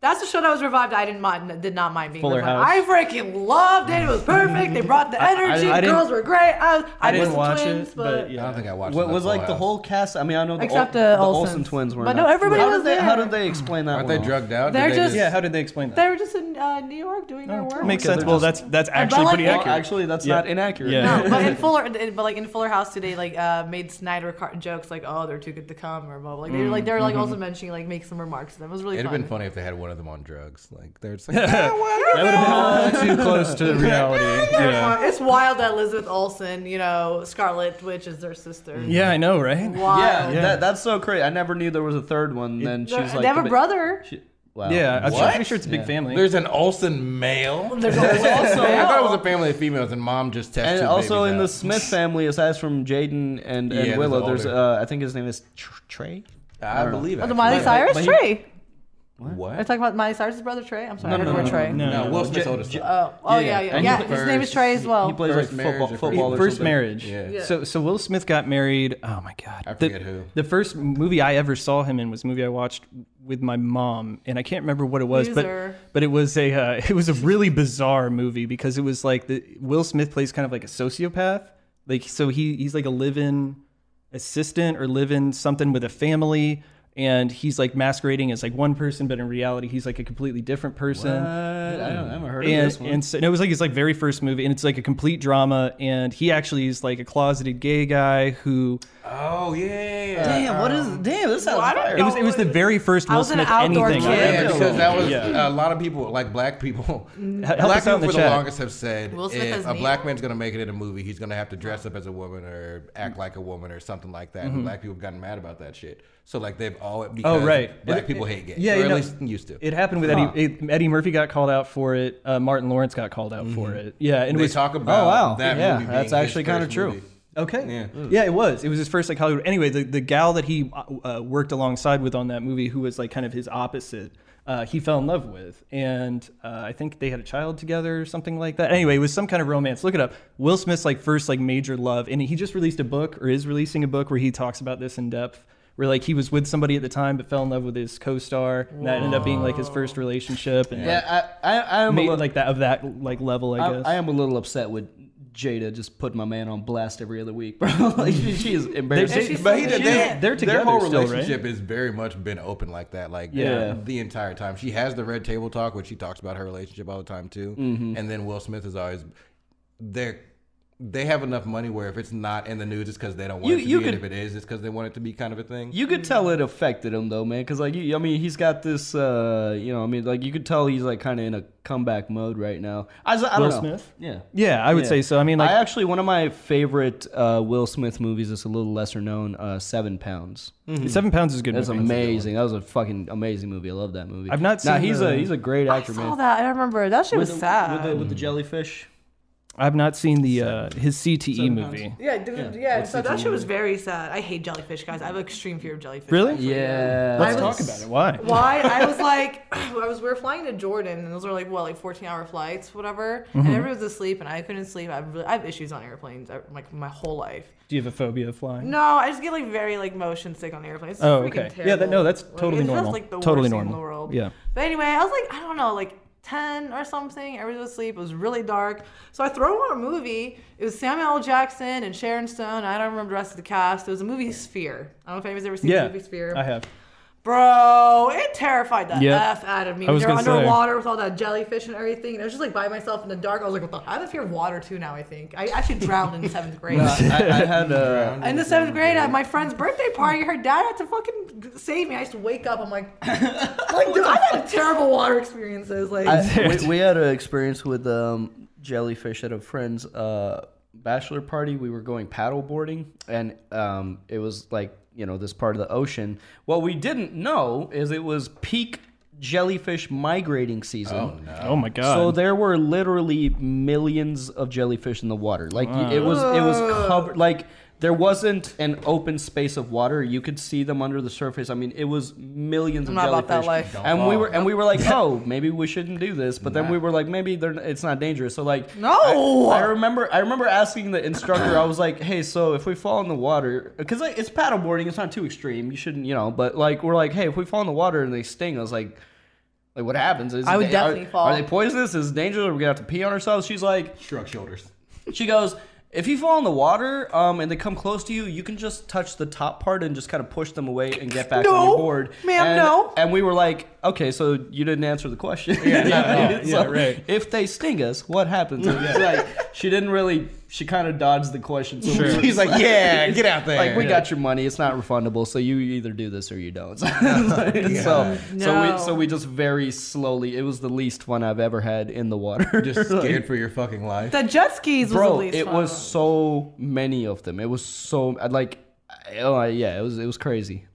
That's the show that was revived. I didn't mind. Did not mind being Fuller revived. I freaking loved it. It was perfect. they brought the energy. I didn't- Girls were great. I, I, I didn't missed watch the twins, it, but I yeah. don't think I watched. what enough was like Full the House. whole cast I mean I know the Except Ol- the the Olsen Olsons. twins were But not- no, everybody how was did they, how there. did they explain that Aren't one they off? drugged out? They're Did they just- Yeah. How did they explain that? They were just in uh, New York doing their work. Makes they're sense. Well, that's just- that's actually like pretty the- Well, accurate. actually, that's Yeah. not inaccurate. Yeah. No, Oh, but in Fuller, but like in Fuller House today, like uh, made Snyder car- jokes like, "Oh, they're too good to come," or blah blah. Like they were like they were like Mm-hmm. also mentioning like make some remarks. That was really It'd have fun. been funny if they had one of them on drugs. Like they're just like, "Ah, what? That would have been all too close to reality. Yeah. It's wild that Elizabeth Olsen, you know, Scarlet Witch is their sister. Yeah, I know, right? Wild. Yeah, Yeah. That, that's so crazy. I never knew there was a third one. Then she They're- was like, they have the a bi- brother. She, wow. Yeah, I'm What? pretty sure it's a big family. There's an Olsen male. There's also oh, I thought it was a family of females, and mom just tested. And also in the Smith family, aside from Jaden and, and Yeah, there's Willow, an there's older- uh, I think his name is Tr- Trey. I, believe it. the Miley actually. Cyrus but he- Trey. Are you What? talking about Miley Cyrus' brother Trey? I'm sorry, I heard No, no, the word no, Trey. no, No, Will Smith's Ja- oldest. Ja- son. Oh, oh yeah, Yeah, yeah, and yeah. he His name is first- Trey as well. He plays First like marriage football, or first- football or first something. marriage. Yeah. Yeah. So so Will Smith got married. Oh my god. I The- forget who. The first movie I ever saw him in was a movie I watched with my mom, and I can't remember what it was, Loser. but but it was a uh, it was a really bizarre movie because it was like the Will Smith plays kind of like a sociopath. Like so he he's like a live-in assistant or live-in something with a family. And he's like masquerading as like one person, but in reality, he's like a completely different person Uh, I don't. I haven't heard of and, this one. and so, and it was like his like very first movie and it's like a complete drama and he actually is like a closeted gay guy who Oh yeah. damn, what is? Damn, this sounds I don't fire. it was it was the very first Will was an Smith outdoor anything kid. I've Yeah, ever because that was Yeah. a lot of people, like black people. help us black out people in the for the chat. longest have said Will Smith if as a Neo? black man's gonna make it in a movie, he's gonna have to dress up as a woman or act like a woman or something like that. Mm-hmm. And black people have gotten mad about that shit. So like they've all because Oh, right. black It- people hate gays. yeah, or you at know, least used to. It happened with Eddie. it- Eddie Murphy got called out for it. Uh, Martin Lawrence got called out for it. Yeah, and it we was Mm-hmm. Oh, talk about wow. that Yeah, movie being that's his actually kinda first true. movie. Okay. Mm. Yeah. it was. It was his first like Hollywood. Anyway, the, the gal that he uh, worked alongside with on that movie, who was like kind of his opposite, uh, he fell in love with, and uh, I think they had a child together or something like that. Anyway, it was some kind of romance. Look it up. Will Smith's like first like major love, and he just released a book or is releasing a book where he talks about this in depth. Where like he was with somebody at the time, but fell in love with his co-star, and that ended up being like his first relationship, and like, yeah, I, I, I am a made, little, like that of that like level, I, guess. I, I am a little upset with Jada just putting my man on blast every other week, bro. like she, she is embarrassing. she's- But he Yeah. did. They're They, together Their whole still, right? relationship has very much been open like that, like Yeah. the entire time. She has the red table talk, where she talks about her relationship all the time too. Mm-hmm. And then Will Smith is always they're they have enough money where if it's not in the news, it's because they don't want You- it to you be, and could- if it is, it's because they want it to be kind of a thing. You could tell it affected him though, man, because like you, I mean, he's got this, uh, you know, I mean, like you could tell he's like kind of in a comeback mode right now. I, s- I don't Will know. Smith? yeah. yeah, I would Yeah. say so. I mean, like I actually one of my favorite uh, Will Smith movies is a little lesser known, uh, Seven Pounds. Seven Pounds is Mm, a good. That's movie. amazing. That was a fucking amazing movie. I love that movie. I've not Nah, seen he's the- a he's a great I actor, saw man. that. I remember that shit was With the- sad. with the, with the jellyfish. I've not seen the uh, his CTE movie. yeah, dude, yeah. so that shit was very sad. I hate jellyfish, guys. I have extreme fear of jellyfish. Really? Yeah. Let's I talk was- about it. Why? why I was like, I was we were flying to Jordan, and those were like what, like fourteen hour flights, whatever. Mm-hmm. And everyone was asleep, and I couldn't sleep. I've really, I have issues on airplanes, I- like my whole life. Do you have a phobia of flying? No, I just get like very like motion sick on airplanes. It's Oh, freaking okay. Terrible. Yeah, that- no, that's Like, totally it's just, normal. like, the Totally worst Thing normal. in the world. Yeah. But anyway, I was like, I don't know, like ten or something. Everybody was asleep. It was really dark. So I throw on a movie. It was Samuel L. Jackson and Sharon Stone. I don't remember the rest of the cast. It was a movie Sphere. I don't know if anybody's ever seen Yeah, the movie Sphere. I have. Bro, it terrified the Yeah. F out of me. I When was you're gonna say. underwater with all that jellyfish and everything. And I was just like by myself in the dark. I was like, what the? I have a fear of water too now, I think. I actually drowned in seventh grade. I, I had uh, In the seventh grade, at my friend's birthday party, her dad had to fucking save me. I used to wake up. I'm like, like dude, I've had terrible water experiences. Like, I, we, we had an experience with um, jellyfish at a friend's uh, bachelor party. We were going paddle boarding, and um, it was like you know this part of the ocean. What we didn't know is it was peak jellyfish migrating season. Oh my god. So there were literally millions of jellyfish in the water. Like y- it was it was covered like there wasn't an open space of water. You could see them under the surface. I mean, it was 1000000s I'm of not jellyfish. about that life. Don't And we fall. were and we were like, "Oh, maybe we shouldn't do this." But then we were like, "Maybe they're n- it's not dangerous." So like No! I, I remember I remember asking the instructor. I was like, "Hey, so if we fall in the water cuz like it's paddleboarding, it's not too extreme. You shouldn't, you know, but like we're like, "Hey, if we fall in the water and they sting us like like what happens is I would they- definitely are, fall. Are they poisonous? Is it dangerous? Are we gonna have to pee on ourselves? She's like, Shrug shoulders. she goes, if you fall in the water um, and they come close to you, you can just touch the top part and just kind of push them away and get back on No, your board. ma'am, and, no. And we were like, okay, so you didn't answer the question. yeah, So yeah, right. If they sting us, what happens? And it's like, she didn't really. She kind of dodged the question. So we were Sure. He's like, yeah, get out there. like we got your money. It's not refundable, so you either do this or you don't. so, so, No. we so we just very slowly. It was the least fun I've ever had in the water. just scared for your fucking life. the jet skis was the bro. least It fun. was so many of them. It was so I'd like, I- oh yeah, it was it was crazy.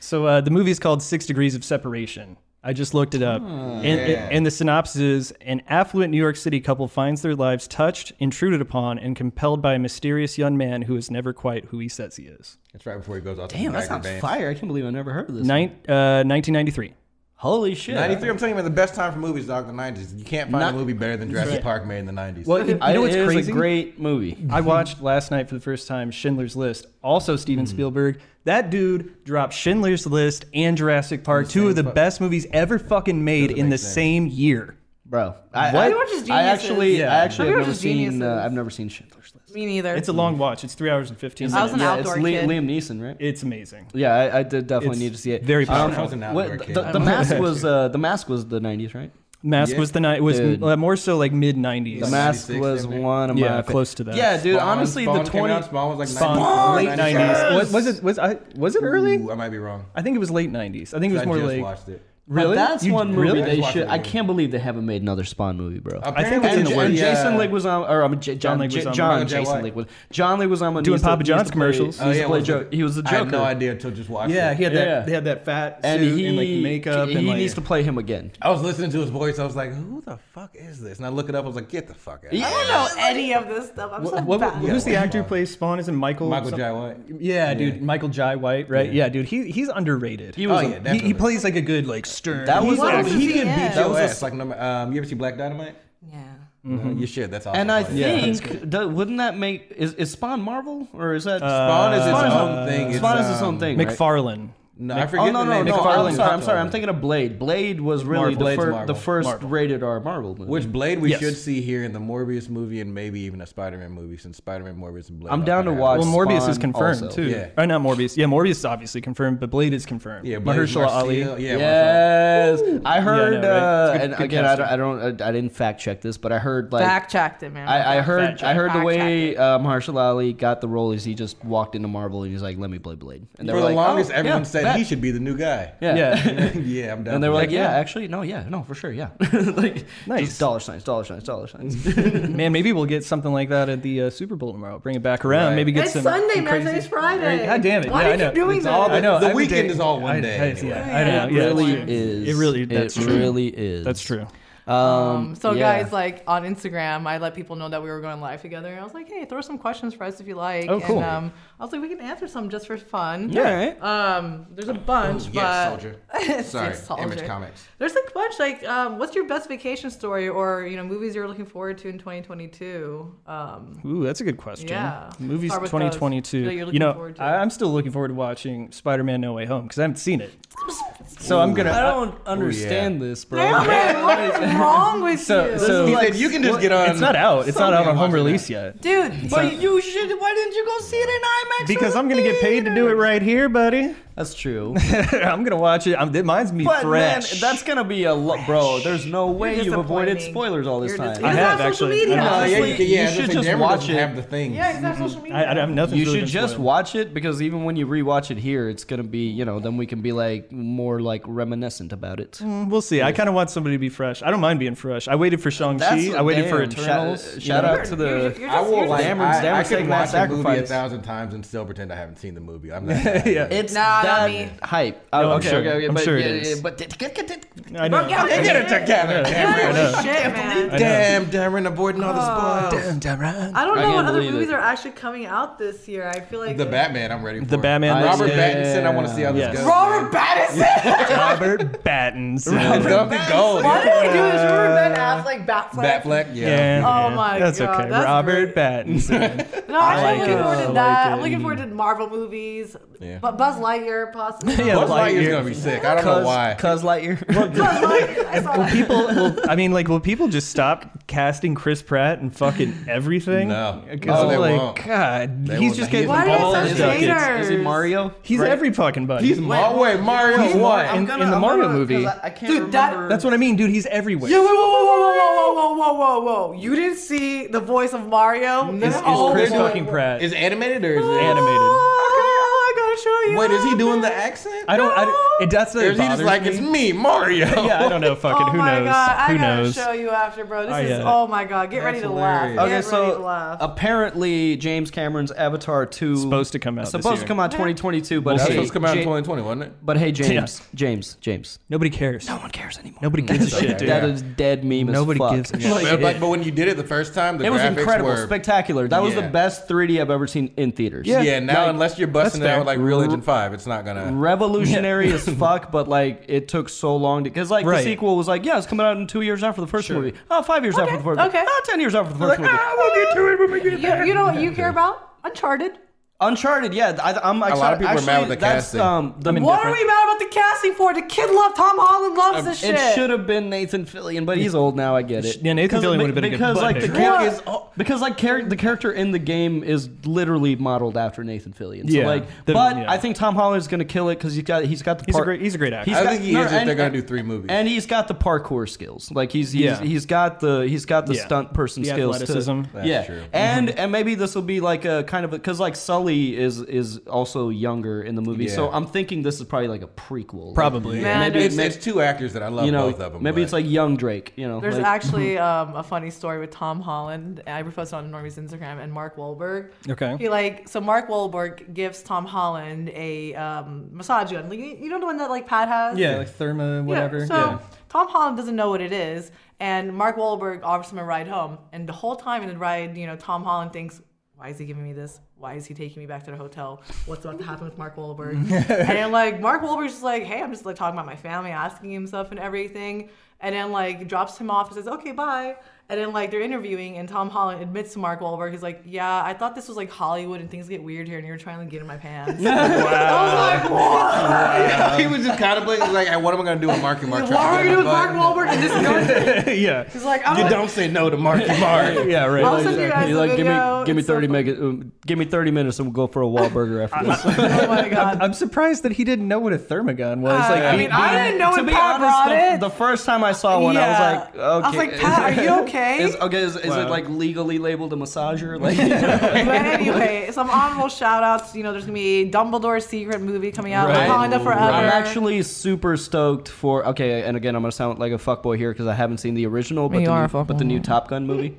So uh, the movie's called Six Degrees of Separation. I just looked it up. and, and the synopsis is an affluent New York City couple finds their lives touched, intruded upon, and compelled by a mysterious young man who is never quite who he says he is. It's right before he goes off. Damn, that sounds fire! I can't believe I never heard of this. Nin- uh, 1993. Holy shit! Ninety-three. I'm telling you, man, the best time for movies, dog. The nineties. You can't find Not- a movie better than Jurassic Park made in the nineties. Well, You know what's it is crazy? a great movie. I watched last night for the first time Schindler's List, also Steven Spielberg. That dude dropped Schindler's List and Jurassic Park, two of the best movies ever fucking made in the same year. Bro, I, What? I, Everyone's just I geniuses. actually, Yeah. I actually have Everyone's never just seen. Uh, geniuses. I've never seen Schindler's List. me neither. It's a long watch. It's three hours and 15 I minutes. was an yeah, it's outdoor Li- kid. Liam Neeson, right? It's amazing. Yeah, I, I did definitely It's need to see it. very I powerful. was an what- outdoor the, kid. the, mask was uh, the mask was the nineties, right? Mask was the night was Dude. uh, more so like mid '90s. The Like mask 96, was I think. one of Yeah, my close to that. Yeah, dude. Spawn- honestly, Spawn the came twenty. out, Spawn was like Spawn, 94, late 95. 90s. Ooh, Was, was it? Was I? Was it early? I might be wrong. I think it was late '90s. I think it was I more just like watched it. But really. That's You- one movie really? they Watch Uh, should. the I movie. can't believe they haven't made another Spawn movie, bro. think it's in And, the J- works. and Yeah. Jason Leguizamo, or I mean, J- John, John J- Leguizamo. John, John Jason White. Leguizamo, John Leguizamo Doing used to- Papa used John's to play- commercials. He used to Oh, yeah, play was it- Joker. He was the I had no Joker, idea until just watching. Yeah, it. he had that. Yeah. They had that fat and suit he and like makeup He and like. needs to play him again. I was listening to his voice. I was like, "Who the fuck is this?" And I look it up. I was like, "Get the fuck out!" I don't know any of this stuff. I'm so What- what- bad. who's the Yeah. actor who plays Spawn? Is it Michael? Michael some- J. White. Yeah, dude, Michael Jai White, right? Yeah, dude, he he's underrated. He was oh, a- yeah, he, definitely. plays like a good like stern. That was he's a- like- What was he his could name? beat That your was ass. like number. Um, you ever see Black Dynamite? Yeah. No, you should. That's awesome. Mm-hmm. And I funny. think do- wouldn't that make is, is Spawn Marvel or is that Spawn is its Spawn own thing. Spawn It's, is its own um, thing. right? McFarlane. No, I forget Oh no the no name. no! McFarlane I'm sorry, I'm Hopkins. sorry. I'm thinking of Blade. Blade was really Marvel. the, Blade's fir- Marvel. the first Marvel. rated R Marvel movie. Which Blade we Yes. should see here in the Morbius movie and maybe even a Spider-Man movie since Spider-Man, Morbius, and Blade. I'm are down to kinda watch. Well, Morbius is Spawn confirmed also. too. Yeah. Or not Morbius. Yeah, Morbius is obviously confirmed, but Blade is confirmed. Yeah, Blade, Mahershala Ali. Marcel- Yeah, Mahershala. Yes, I heard. Yeah, I know, right? uh, It's good- and good again, I don't, casting. I don't, I, I didn't fact check this, but I heard like Back checked it, man. I, I heard, fact I heard the check. way uh, Marshall Ali got the role is he just walked into Marvel and he's like, "Let me play Blade." And they For were the like, longest, "Oh, everyone yeah, said bet." he should be the new guy. Yeah. Yeah. yeah, I'm down. And they were for like, that. yeah, actually, no, yeah, no, for sure, yeah. like, Nice. just dollar signs, dollar signs, dollar signs. Man, maybe we'll get something like that at the uh, Super Bowl tomorrow. Bring it back around. Right. Maybe get It's some. Sunday, some man. crazy- Today's Friday. God damn it. Why Yeah, do you I keep know. doing It's that? all I know. The every weekend day- is all one I- day I, yeah, anyway. I know. Yeah, It really that's true. is. It really. That's it true. really is. That's true. Um, Um, so yeah. guys, like on Instagram, I let people know that we were going live together, and I was like, "Hey, throw some questions for us if you like." Oh, cool. And, um, I was like, "We can answer some just for fun." Yeah. All right. Um, there's a bunch, Yes, but soldier. Yes, Sorry, image soldier. comics. there's a bunch. Like, um, what's your best vacation story, or you know, movies you're looking forward to in 2022? Um, Ooh, that's a good question. Yeah. Movies Start with 2022. those that you're you know, looking forward to. I, I'm still looking forward to watching Spider-Man: No Way Home because I haven't seen it. So I'm gonna. I Oh, don't understand this, bro. damn it, what is wrong with So- you, so- He like, said, "You can just get on." It's not out. It's not out Something on home watching release that. yet. dude? But you should. Why didn't you go see it in IMAX? Because I'm gonna get paid to do it right here, buddy. That's true. I'm gonna watch it. I'm, it mine's me But fresh. man, that's gonna be a lo- bro. There's no way You're you've avoided disappointing. spoilers all this You're time. dis- He doesn't have, social actually. media. I No, Oh, yeah, Honestly, you, can, yeah, you that's should the thing, just Denver watch doesn't it. Have the things. Yeah, he's on social media. I, I have nothing. you should just watch it because even when you rewatch it here, it's gonna be you know then we can be like more like reminiscent about it. Mm. Mm, We'll see. I kind of want somebody to be fresh. I don't mind being fresh. I waited for Shang Chi. I waited for damn, shout- Eternals. you shout know? out to the- You're- you're I just- will you're like. just- Dameron's- I, I Dameron's could taking watch that a movie a sacrifice. thousand times and still pretend I haven't seen the movie. I'm not. that Yeah. bad. It's Nah, not that me. hype. No, Oh, I'm okay, sure. okay, okay, I'm but sure it yeah, is. yeah, but I know. Bro, get out there. Get it together, Yeah, Cameron. shit, man. I know. Damn, Darren avoiding all Oh, the spoilers. I don't I know can't what other believe movies it. are actually coming out this year. I feel like The Batman, I'm ready for. The it. Batman. I- Robert Yeah. Pattinson, I want to see how this Yes. goes. Robert Pattinson. Robert Pattinson. It's gonna be gold. Why did they do this? Remember Ben Affleck, Batfleck. Batfleck, Yeah. yeah. Oh yeah. my that's God, okay. that's Robert great. Pattinson. No, I'm like looking it. forward I to like that. it. I'm looking forward to Marvel movies. Yeah. But Buzz Lightyear, possibly. Yeah. Buzz Lightyear's Lightyear. gonna be sick. I don't know why. Cuz Lightyear. Buzz Lightyear. I saw that. people, will, I mean, like, will people just stop casting Chris Pratt and fucking everything? No. 'Cause No, they I'm like, won't. God, They he's won't. just getting Why all are you his such ducats. haters? is he Mario? He's every fucking buddy. He's Ma- wait, Mario. He's what? Mar- in- in the Mario movie. I, I can't Dude, that- remember- That's what I mean, dude. He's everywhere. Yo, whoa, whoa, whoa, whoa, whoa, whoa, whoa, whoa, whoa! You didn't see the voice of Mario? Is, is Oh, Chris wait, wait, fucking wait. Pratt Is it animated or is it animated? Oh, I gotta show you. Wait, is he doing the accent? I don't. I, don't- it that's Or the. is he just like it's me, Mario? yeah, I don't know. Fucking oh who my knows? god! I who gotta knows? show you after, bro. This Oh, is yeah. oh my god! Get ready to hilarious. laugh. Okay, Get Okay, ready to so uh, laugh. apparently James Cameron's Avatar 2 Supposed to come out this Supposed year. to come out 2022, but We'll That's hey, supposed to come out in Ja- 2020, wasn't it? But hey, James, James, James, Nobody cares. no one cares anymore. Nobody gives a shit, dude. That is dead meme Nobody as fuck. gives a shit. But, like, but when you did it the first time, the It was graphics incredible, were. spectacular. That was the Yeah. best 3D I've ever seen in theaters. yeah, now Like, unless you're busting it fair. out with like Real Engine 5, it's not gonna. revolutionary as fuck, but like it took so long to because like Right. the sequel was like, yeah, it's coming out in two years after the first movie. Oh, five years after the first okay. ah. movie. Oh, ten years after the first movie. You, you know what you care about? Uncharted. Uncharted, yeah. I, I'm excited. lot of people are Actually, mad with the that's, casting. Um, the, What are we mad about the casting for? The kid loved Tom Holland loves this shit. Um, It should have been Nathan Fillion, but he's old now. I get it. Yeah, Nathan Because- Fillion would've been a good because butt like the pick. character What? is because like char- the character in the game is literally modeled after Nathan Fillion. So Yeah. like, The- but yeah. I think Tom Holland's gonna kill it because he's got he's got the He's a part- great- E he's a great actor. he's I got- think he no, is if and- they're gonna and- do three movies. And he's got the parkour skills. Like he's he's, Yeah. he's got the he's got the Yeah. stunt person The skills. athleticism. Mm-hmm. To, That's yeah, true. and and maybe this will be like a kind of because like Sully is is also younger in the movie. So Yeah. I'm thinking this is probably like a prequel. Like, Probably. Man, maybe- it's, maybe- it's two actors that I love you know, both of them. maybe but- it's like young Drake. You know, There's like, actually um, a funny story with Tom Holland. I posted on Normie's Instagram and Mark Wahlberg. Okay. He like so Mark Wahlberg gives Tom Holland a um, massage gun. Like, you you know the one that like Pat has. Yeah, like Therma, Yeah, whatever. so Tom Holland doesn't know what it is, and Mark Wahlberg offers him a ride home. And the whole time in the ride, you know, Tom Holland thinks, "Why is he giving me this? Why is he taking me back to the hotel? What's about to happen with Mark Wahlberg?" and like Mark Wahlberg's just like, "Hey, I'm just like talking about my family, asking him stuff and everything." And then like drops him off and says, "Okay, bye." And then like they're interviewing, and Tom Holland admits to Mark Wahlberg, he's like, "Yeah, I thought this was like Hollywood and things get weird here, and you're trying to get in my pants." I was like, "What?" um, he was just contemplating like, hey, what am I gonna do with Marky Mark? What are we gonna do with Mark Wahlberg and this gun? yeah. yeah. He's like, I'm You like, don't say no to Marky Mark. Yeah, right. I'll send you guys You're the like, give video. me, give me It's so 30 funny. mega, um, give me 30 minutes and we'll go for a Wahlburger after this. Oh my god. I'm surprised that he didn't know what a thermagun was. Uh, like, I be- mean, I being- didn't know to when be Pat brought honest, it. the, the first time I saw one, Yeah. I was like, okay. I was like, Pat, are you okay? Is, okay, is, is Wow. it like legally labeled a massager? Like, but anyway, some honorable shout outs. You know, there's gonna be Dumbledore's secret movie coming out, Right. Wakanda Ooh. Forever. I'm actually super stoked for. Okay, and again, I'm gonna sound like a fuckboy here because I haven't seen the original, but, You the are new, a fuckboy. but the new Top Gun movie.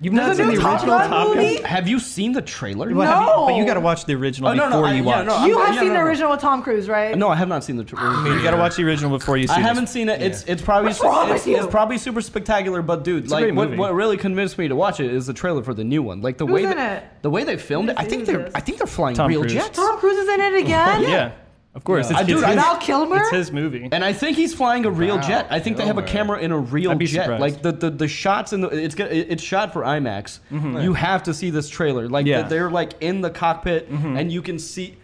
you've not There's a seen the new original Top Gun Top Gun. movie? Have you seen the trailer? Well, have you- but you No. got to watch the original Oh, no, no, before I- you yeah, watch. no, You I'm- have yeah, seen no, the no. original with Tom Cruise, right? No, I have not seen the trailer. You got to watch the original before you see. I this. haven't seen it. It's it's probably What's wrong with it's, you? it's probably super spectacular. But dude, a like great what, movie. what really convinced me to watch it is the trailer for the new one. Like the way in that, it? the way they filmed it. I Who's think in they're this? I think they're flying Tom real Cruise. jets. Tom Cruise is in it again. Yeah, of course. I It's, do- it's I- his, Val Kilmer? It's his movie. And I think he's flying a real Wow, jet. I think they have a Kilmer. camera in a real I'd be jet. surprised. Mm-hmm. Like the, the, the shots in the it's go- it- it's shot for IMAX. You have to see this trailer. Like Yeah. Mm-hmm. the- they're like in the cockpit and you can see.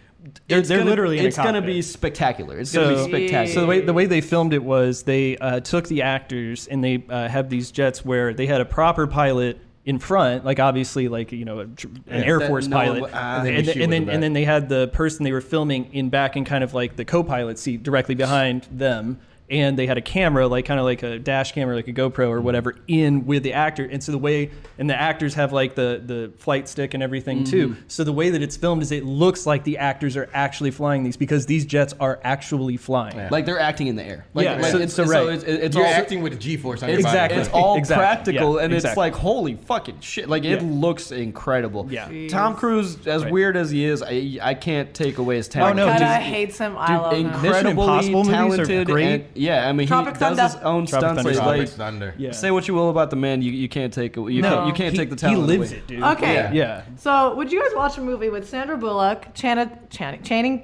They're- it's they're gonna, literally in a It's gonna be cockpit. spectacular. It's So- gonna be spectacular. So the way the way they filmed it was they uh, took the actors and they uh, have these jets where they had a proper pilot in front, like obviously, like you know, a tr- an Yeah. Air That Force no one pilot, would- ah, and, they and, would shoot and then with the and back. then they had the person they were filming in back in kind of like the co-pilot seat directly behind them, and they had a camera, like kind of like a dash camera, like a GoPro or whatever, in with the actor, and so the way and the actors have like the the flight stick and everything too, so the way that it's filmed is it looks like the actors are actually flying these because these jets are actually flying. Like they're acting in the air. Like, Yeah, like, so- it's, so so right. it's, it's You're all, acting with G-force on your Exactly. body. It's all Exactly. practical, Yeah, and it's exactly. like holy fucking shit. Like it Yeah. looks incredible. Yeah. Tom Cruise, as Right. Oh, weird as he is, I I can't take away his talent. no, God, dude. I hate him. I love him. Nick- Mission incredibly Impossible movies are talented. great. and- yeah, I mean, Tropic he does Thunder. his own Tropic Thunder. stunts. Like, Tropic like, Thunder. Yeah. say what you will about the man, you, you can't take you No. can't, you can't Um, He- take the talent. He lives away. it, dude. Okay. Yeah. Yeah. So, would you guys watch a movie with Sandra Bullock, Channing, Channing, Channing,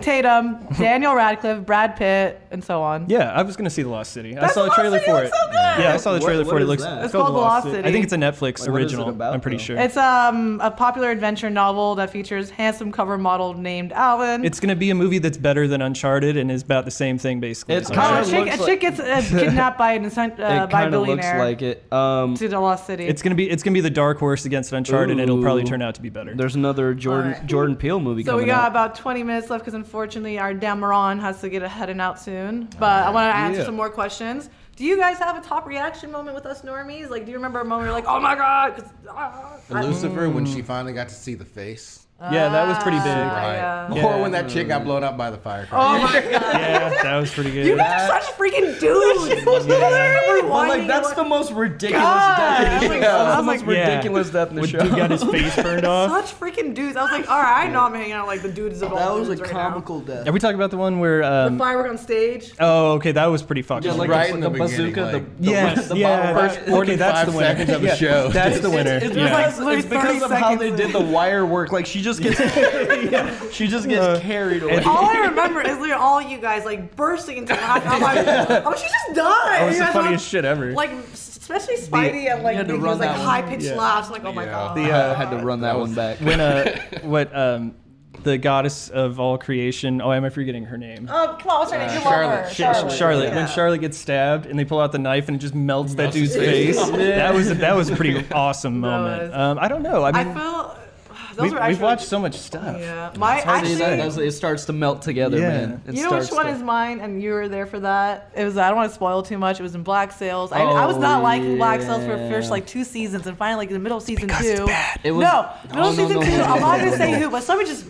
Tatum, Daniel Radcliffe, Brad Pitt, and so on? Yeah, I was gonna see The Lost City. I That's saw a The Lost trailer City, for it. that's so good! Yeah, I saw the What- trailer what for it. It is looks that? It's It's called The Lost City. I think it's a Netflix what is it original. about, I'm pretty though? sure. It's, It's um, a popular adventure novel that features handsome cover model named Alan. gonna be a movie that's better than Uncharted and is about the same thing basically. It's So- kinda oh, a It chick, looks a like- chick gets uh, kidnapped by an incen- uh, it by a kind of looks billionaire like it. Um, to the Lost City. it's gonna be it's gonna be the dark horse against Uncharted, and it'll probably Ooh. turn out to be better. there's another Jordan Alright. Jordan Peele movie so we coming got out. about 20 minutes left because unfortunately our Dameron has to get a heading out soon. But I want to answer Yeah. some more questions. Do you guys have a top reaction moment with us normies? Like, do you remember a moment you're like, oh my god? 'cause, ah, And Lucifer, when she finally got to see the face. yeah, that was pretty big. Ah. Right. yeah. Or when that chick got blown up by the firecracker. Oh my god. yeah, that was pretty good. You guys are such freaking dudes. They're But, like whining that's and the most ridiculous God! death. I was in the like- show. I That's the was most like- ridiculous death in the When show. dude got his face burned off. Such freaking dudes. I was like, all right, I know I'm hanging out like the dudes of all That was a dudes right now." comical death. Are we talking about the one where? The Um, firework on stage. oh, okay, that was pretty fucking. Yeah, like Right the, in the the beginning, bazooka, like- the, the, yeah, the yeah, bottle rocket. that- okay, that's five the winner. seconds of a Yeah, show. That's the winner. It's, yeah. because, like literally it's because 30 of how they seconds did the wire work. Like she just gets, she just gets Uh, carried away. All I remember is literally all you guys like bursting into laughter. I'm like, oh, she just died. That was the funniest shit ever. Like, especially Spidey and You like had to he run was like that one. high pitched Yeah. laughs. like, oh my Yeah. god. The, uh, I had to run that, one back. when uh, what um, the goddess of all creation. Oh, am I forgetting her name? um, come on, what's her name? You love Charlotte. her. Sh- Charlotte. Charlotte. Yeah. When Charlotte gets stabbed and they pull out the knife and it just melts that dude's his face. face. Oh, Yeah. That was that was a pretty awesome That moment. was- Um, I don't know. I I mean, feel those we've, were we've actually. watched so much stuff. Yeah, my Hard to actually. say. That's- it starts to melt together, Yeah. man. It you know which starts one to- is mine, and you were there for that. It was I don't want to spoil too much. It was in Black Sales. I, I was Oh, not liking Black Sales for the yeah. first like two seasons, and finally like in the middle of season because two. it's bad. It was- no, middle Oh, of no, season no, two. no, I'm no, not gonna no, say no. who, but somebody just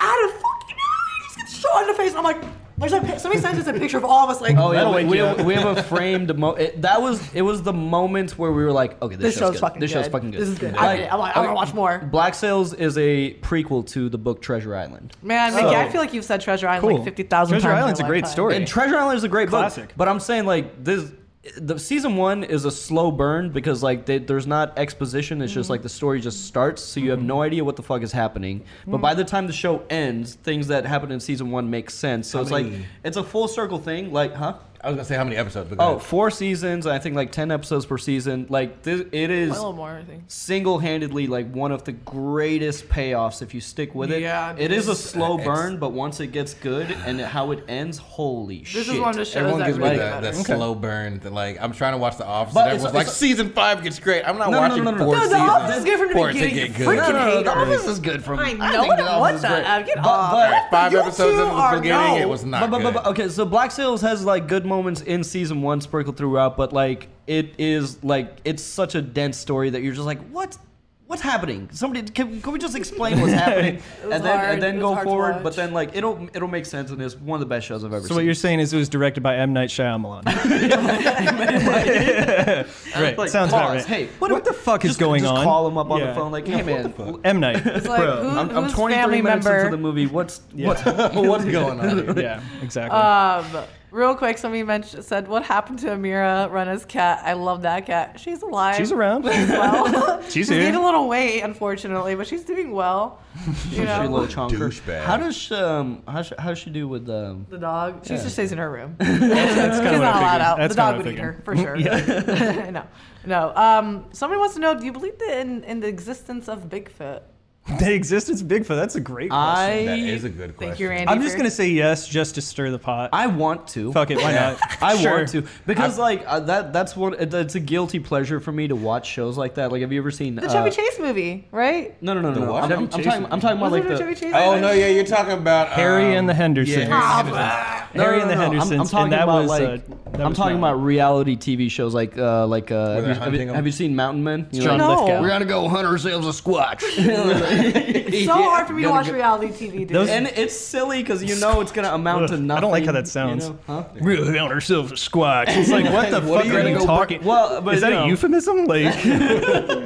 out of fucking nowhere just gets shot in the face. I'm like, there's a pi- somebody sends us a picture of all of us like. Oh yeah, That'll we, wake we you have, we have a framed mo- it, that was it was the moment where we were like, okay, this, This show's good. fucking this good. show's fucking good. This is good. I Like, get it. I'm like, I wanna okay, watch more. Black Sails is a prequel to the book Treasure Island. Man, Mickey, I Oh. feel like you've said Treasure Island Cool. like fifty thousand times. Treasure in my Island's a great lifetime. story. And Treasure Island is a great Classic. book, but I'm saying like this, the season one is a slow burn because like they, there's not exposition. It's just like the story just starts, so you have no idea what the fuck is happening. But by the time the show ends, things that happened in season one make sense. So How it's like many- it's a full circle thing. Like, huh? I was gonna say how many episodes? But Oh, four seasons. I think like ten episodes per season. Like this, it A is little more, I think. single-handedly like one of the greatest payoffs if you stick with it. Yeah, it is a this- slow it's- burn, but once it gets good and how it ends, holy shit! This is one of the shows everyone that gives me really that, that matters. slow burn. That like I'm trying to watch The Office. But But it's- everyone's like it's- season five gets great. I'm not No, no, watching no, no, no. four No, No, the seasons. office is good from the for it to beginning. get you good. freaking No, no, no, hater. The Office is good from- I I know think it The Office was is that. great. Uh, Get But- off. but- Alright, five You episodes two in the are beginning, no. it was not but, but, good. but, okay, so Black Sails has like good moments in season one sprinkled throughout, but like it is like it's such a dense story that you're just like, what? What's happening? Somebody, can, can we just explain what's happening? was and then hard. and then It was go hard to forward, watch. but then like it'll it'll make sense, and it's one of the best shows I've ever So seen. what you're saying is it was directed by M Night Shyamalan. right. Like, Sounds about pause. right. Hey, what, the fuck is Just- going just on? call him up on Yeah. the phone, like, hey man, l- M Night. It's like, who, I'm, I'm whose 23 family minutes member? into the movie. What's Yeah. what's What's going on? Here? yeah, exactly. Um, real quick, somebody mentioned said what happened to Amira Rena's cat. I love that cat. She's alive. She's around. Well, She's She's here. gained a little weight, unfortunately, but she's doing well. You She a know, little chonker. Douchebag. How does she, um how sh- how does she do with um the dog. She just stays in her room. That's She's kinda what I not allowed figured. out. That's the dog kinda what would I eat figured. her for sure. no, no. Um, somebody wants to know: Do you believe in, in the existence of Bigfoot? The existence of Bigfoot. That's a great question. I That is a good question. Thank you, Randy. I'm just for- gonna say yes, just to stir the pot. I want to. Fuck it, why not? I Sure. want to because like uh, that that's one it- it's a guilty pleasure for me to watch shows like that. Like have you ever seen the uh, Chevy Chase movie, right? No, no, no, no. The no. what? I'm, I'm, I'm Chevy talking. I'm talking about Wasn't like it a the. Chevy Chase? Oh no, yeah, you're talking about um, Harry and the Hendersons. Henderson. No, Harry no, and the no, no. I'm- Hendersons. I'm, talking and that about was, like. uh, that I'm was talking not- about reality TV shows like uh like uh have they're you, have, hunting you, 'em? have you seen Mountain Men? You John know, No. Lithgow. We're gonna go hunt ourselves a squatch. It's so hard for me to watch reality TV, dude. Those- and it's silly because you know it's gonna amount to Ugh, nothing. I don't like how that you sounds. know? Huh? really on ourselves a squash. It's like what the What fuck are you are gonna you go talking? Well, but is that you know, a euphemism? Like,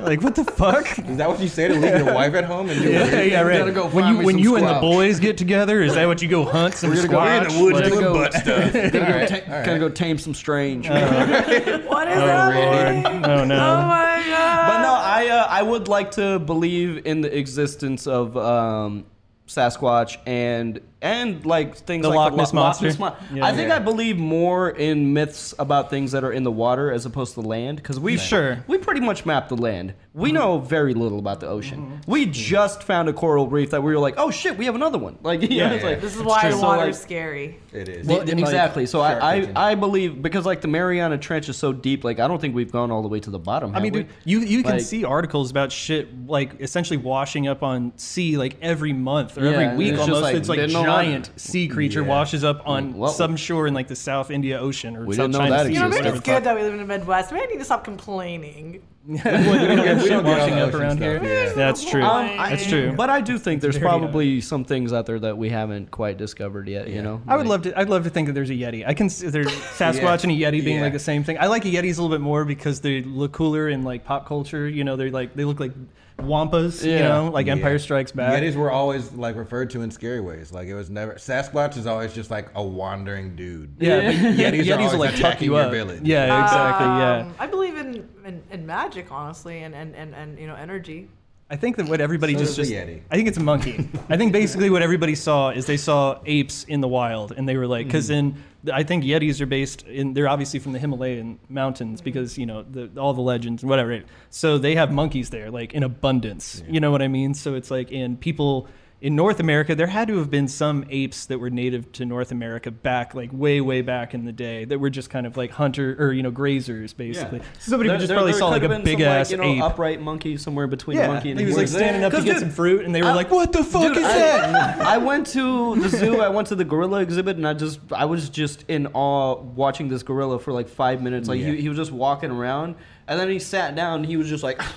like what the fuck? Is that what you say to leave your wife at home and do it? yeah, right. gotta go when find you me when some you and the squash. boys get together, is that what you go hunt some squash? Like, doing butt stuff. gotta, go ta- gotta go tame some strange. what is happening? oh Oh no. my god. But no, I uh, I would like to believe in the existence of um, Sasquatch and and like things The like Loch Lo- Ness Monster. Mon- Yeah. I think Yeah. I believe more in myths about things that are in the water as opposed to land because we Sure. Mm-hmm. we pretty much mapped the land. We know very little about the ocean. We just found a coral reef that we were like, oh shit, we have another one. Like you know, Yeah, it's yeah. like this is why So, water's like- scary. It is. well, Th- th- like, exactly. So I, shark I, I believe because like the Mariana Trench is so deep, like I don't think we've gone all the way to the bottom. I have mean, we? dude, you you can Like- see articles about shit like essentially washing up on sea like every month or Yeah, every and week it's just almost. like, it's like didn't know that. giant sea creature Yeah. washes up on Well- some shore in like the South India Ocean or We South didn't know China that Sea. You or know, existed. maybe whatever it's the fuck. good that we live in the Midwest. Maybe I need to stop complaining. we don't get We shit don't get all washing the up ocean around stuff, here. yeah. That's true. Um, I- That's true. But I do think there's very, uh, probably some things out there that we haven't quite discovered yet. You know, I would love to. I'd love to think that there's a yeti. I can see there's Sasquatch and a yeti being Yeah. like the same thing. I like yetis a little bit more because they look cooler in like pop culture. You know, they're like they look like wampas. You Yeah. know, like Empire Yeah. Strikes Back. Yetis were always like referred to in scary ways. Like it was never Sasquatch is always just like a wandering dude. yeah, but Yetis, Yetis, are, always will like tuck attacking you your up. village. Yeah, exactly. yeah, Um, I believe in, in, in magic, honestly, and, and, and, and you know, energy. I think that what everybody So just, does just the Yeti. I think it's a monkey. I think basically what everybody saw is they saw apes in the wild, and they were like, because Mm. in I think Yetis are based in they're obviously from the Himalayan mountains Mm. because you know the, all the legends and whatever. So they have monkeys there like in abundance. You know what I mean? So it's like and people. In North America, there had to have been some apes that were native to North America back, like way, way back in the day, that were just kind of like hunter or you know grazers, basically. So somebody There- just there- probably there saw could like have a been some, big ass like, you ape know, upright monkey somewhere between a monkey and he a was like gorilla. standing up to Cause get dude, some fruit, and they were like, "What the fuck is that?" I, I went to the zoo. I went to the gorilla exhibit, and I just I was just in awe watching this gorilla for like five minutes. Like Yeah. he, he was just walking around, and then he sat down. And he was just like,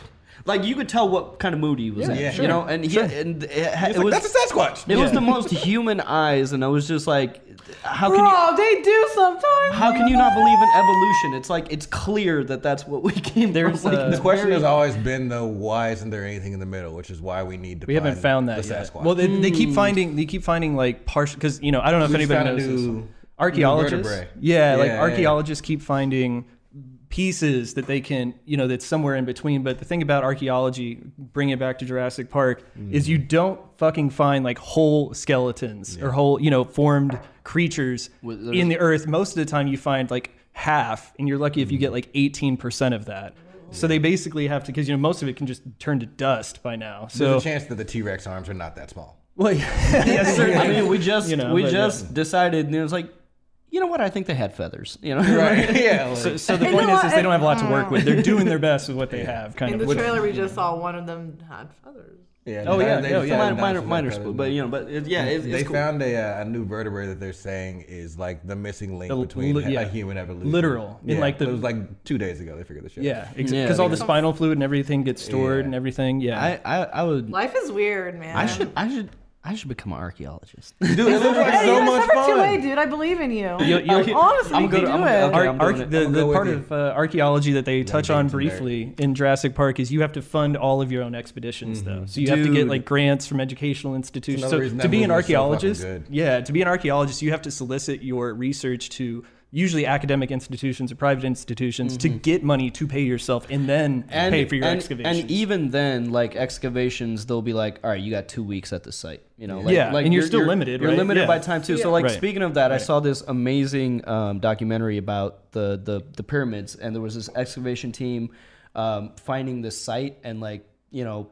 like you could tell what kind of mood he was in, yeah, you sure. know. And he and it, ha- It's it like, was that's a Sasquatch. it was Yeah. the most human eyes, and I was just like, how can you? Bro, they do sometimes. How can you not believe in evolution? It's like it's clear that that's what we came There's, from. Like, uh, The it's question very- has always been though, why isn't there anything in the middle? Which is why we need to. We haven't find found that the yet. Hmm. Sasquatch. Well, they, they keep finding they keep finding like partial because you know I don't know if We just anybody found a knows new- this. new Archaeologists, vertebrae. yeah, like Yeah, yeah. archaeologists keep finding pieces that they can you know that's somewhere in between. But the thing about archaeology, bring it back to Jurassic Park, is Mm. you don't fucking find like whole skeletons or whole you know formed creatures With- there's- in the earth. Most of the time, you find like half, and you're lucky if Mm. you get like 18% of that. So they basically have to, because you know most of it can just turn to dust by now. So there's a chance that the T Rex arms are not that small. well, yeah, yes, sir. I mean, we just You know, we but, yeah. just decided, and it was like, you know what? I think they had feathers. You know, Right. yeah. like- So, so the You point know is, what? is they don't have a lot to work with. They're doing their best with what they have, kind In of. the trailer, we just saw one of them had feathers. yeah. Oh, they- yeah, they yeah, just yeah. found minor, minor, dinosaurs minor that spook, are- but you know, but it, yeah, it's, it's they cool. found a, uh, a new vertebrae that they're saying is like the missing link The l- between li- a- yeah. a human evolution. Literal. In, Yeah, like, the- it was like two days ago. They figured this shit. out. yeah, because Yeah, all they- the spinal fluid and everything gets stored Yeah. and everything. Yeah, I, I, I would. Life is weird, man. I should. I should. I should become an archaeologist. Dude, it looks like Hey, so you much separate two way, fun. dude. I believe in you. You'll- you'll- Like, honestly, I'm you good- can I'm do good- it. okay, Ar- I'm arch- doing it. the, I'll the go part with you. of uh, archaeology that they touch on dates and briefly in Jurassic Park is you have to fund all of your own expeditions, though. So you have to get Dude. like grants from educational institutions. Another So reason to that be an movie is so fucking archaeologist, good. yeah, to be an archaeologist, you have to solicit your research to usually academic institutions or private institutions to get money to pay yourself and then And, pay for your and, e- excavations. and even then, like excavations, they'll be like, "All right, you got two weeks at the site." You know, like, Yeah, like and you're still limited, You're right? limited Yeah. by time too. So, like, Right. speaking of that, I saw this amazing um, documentary about the, the the pyramids, and there was this excavation team um, finding this site and like. you know,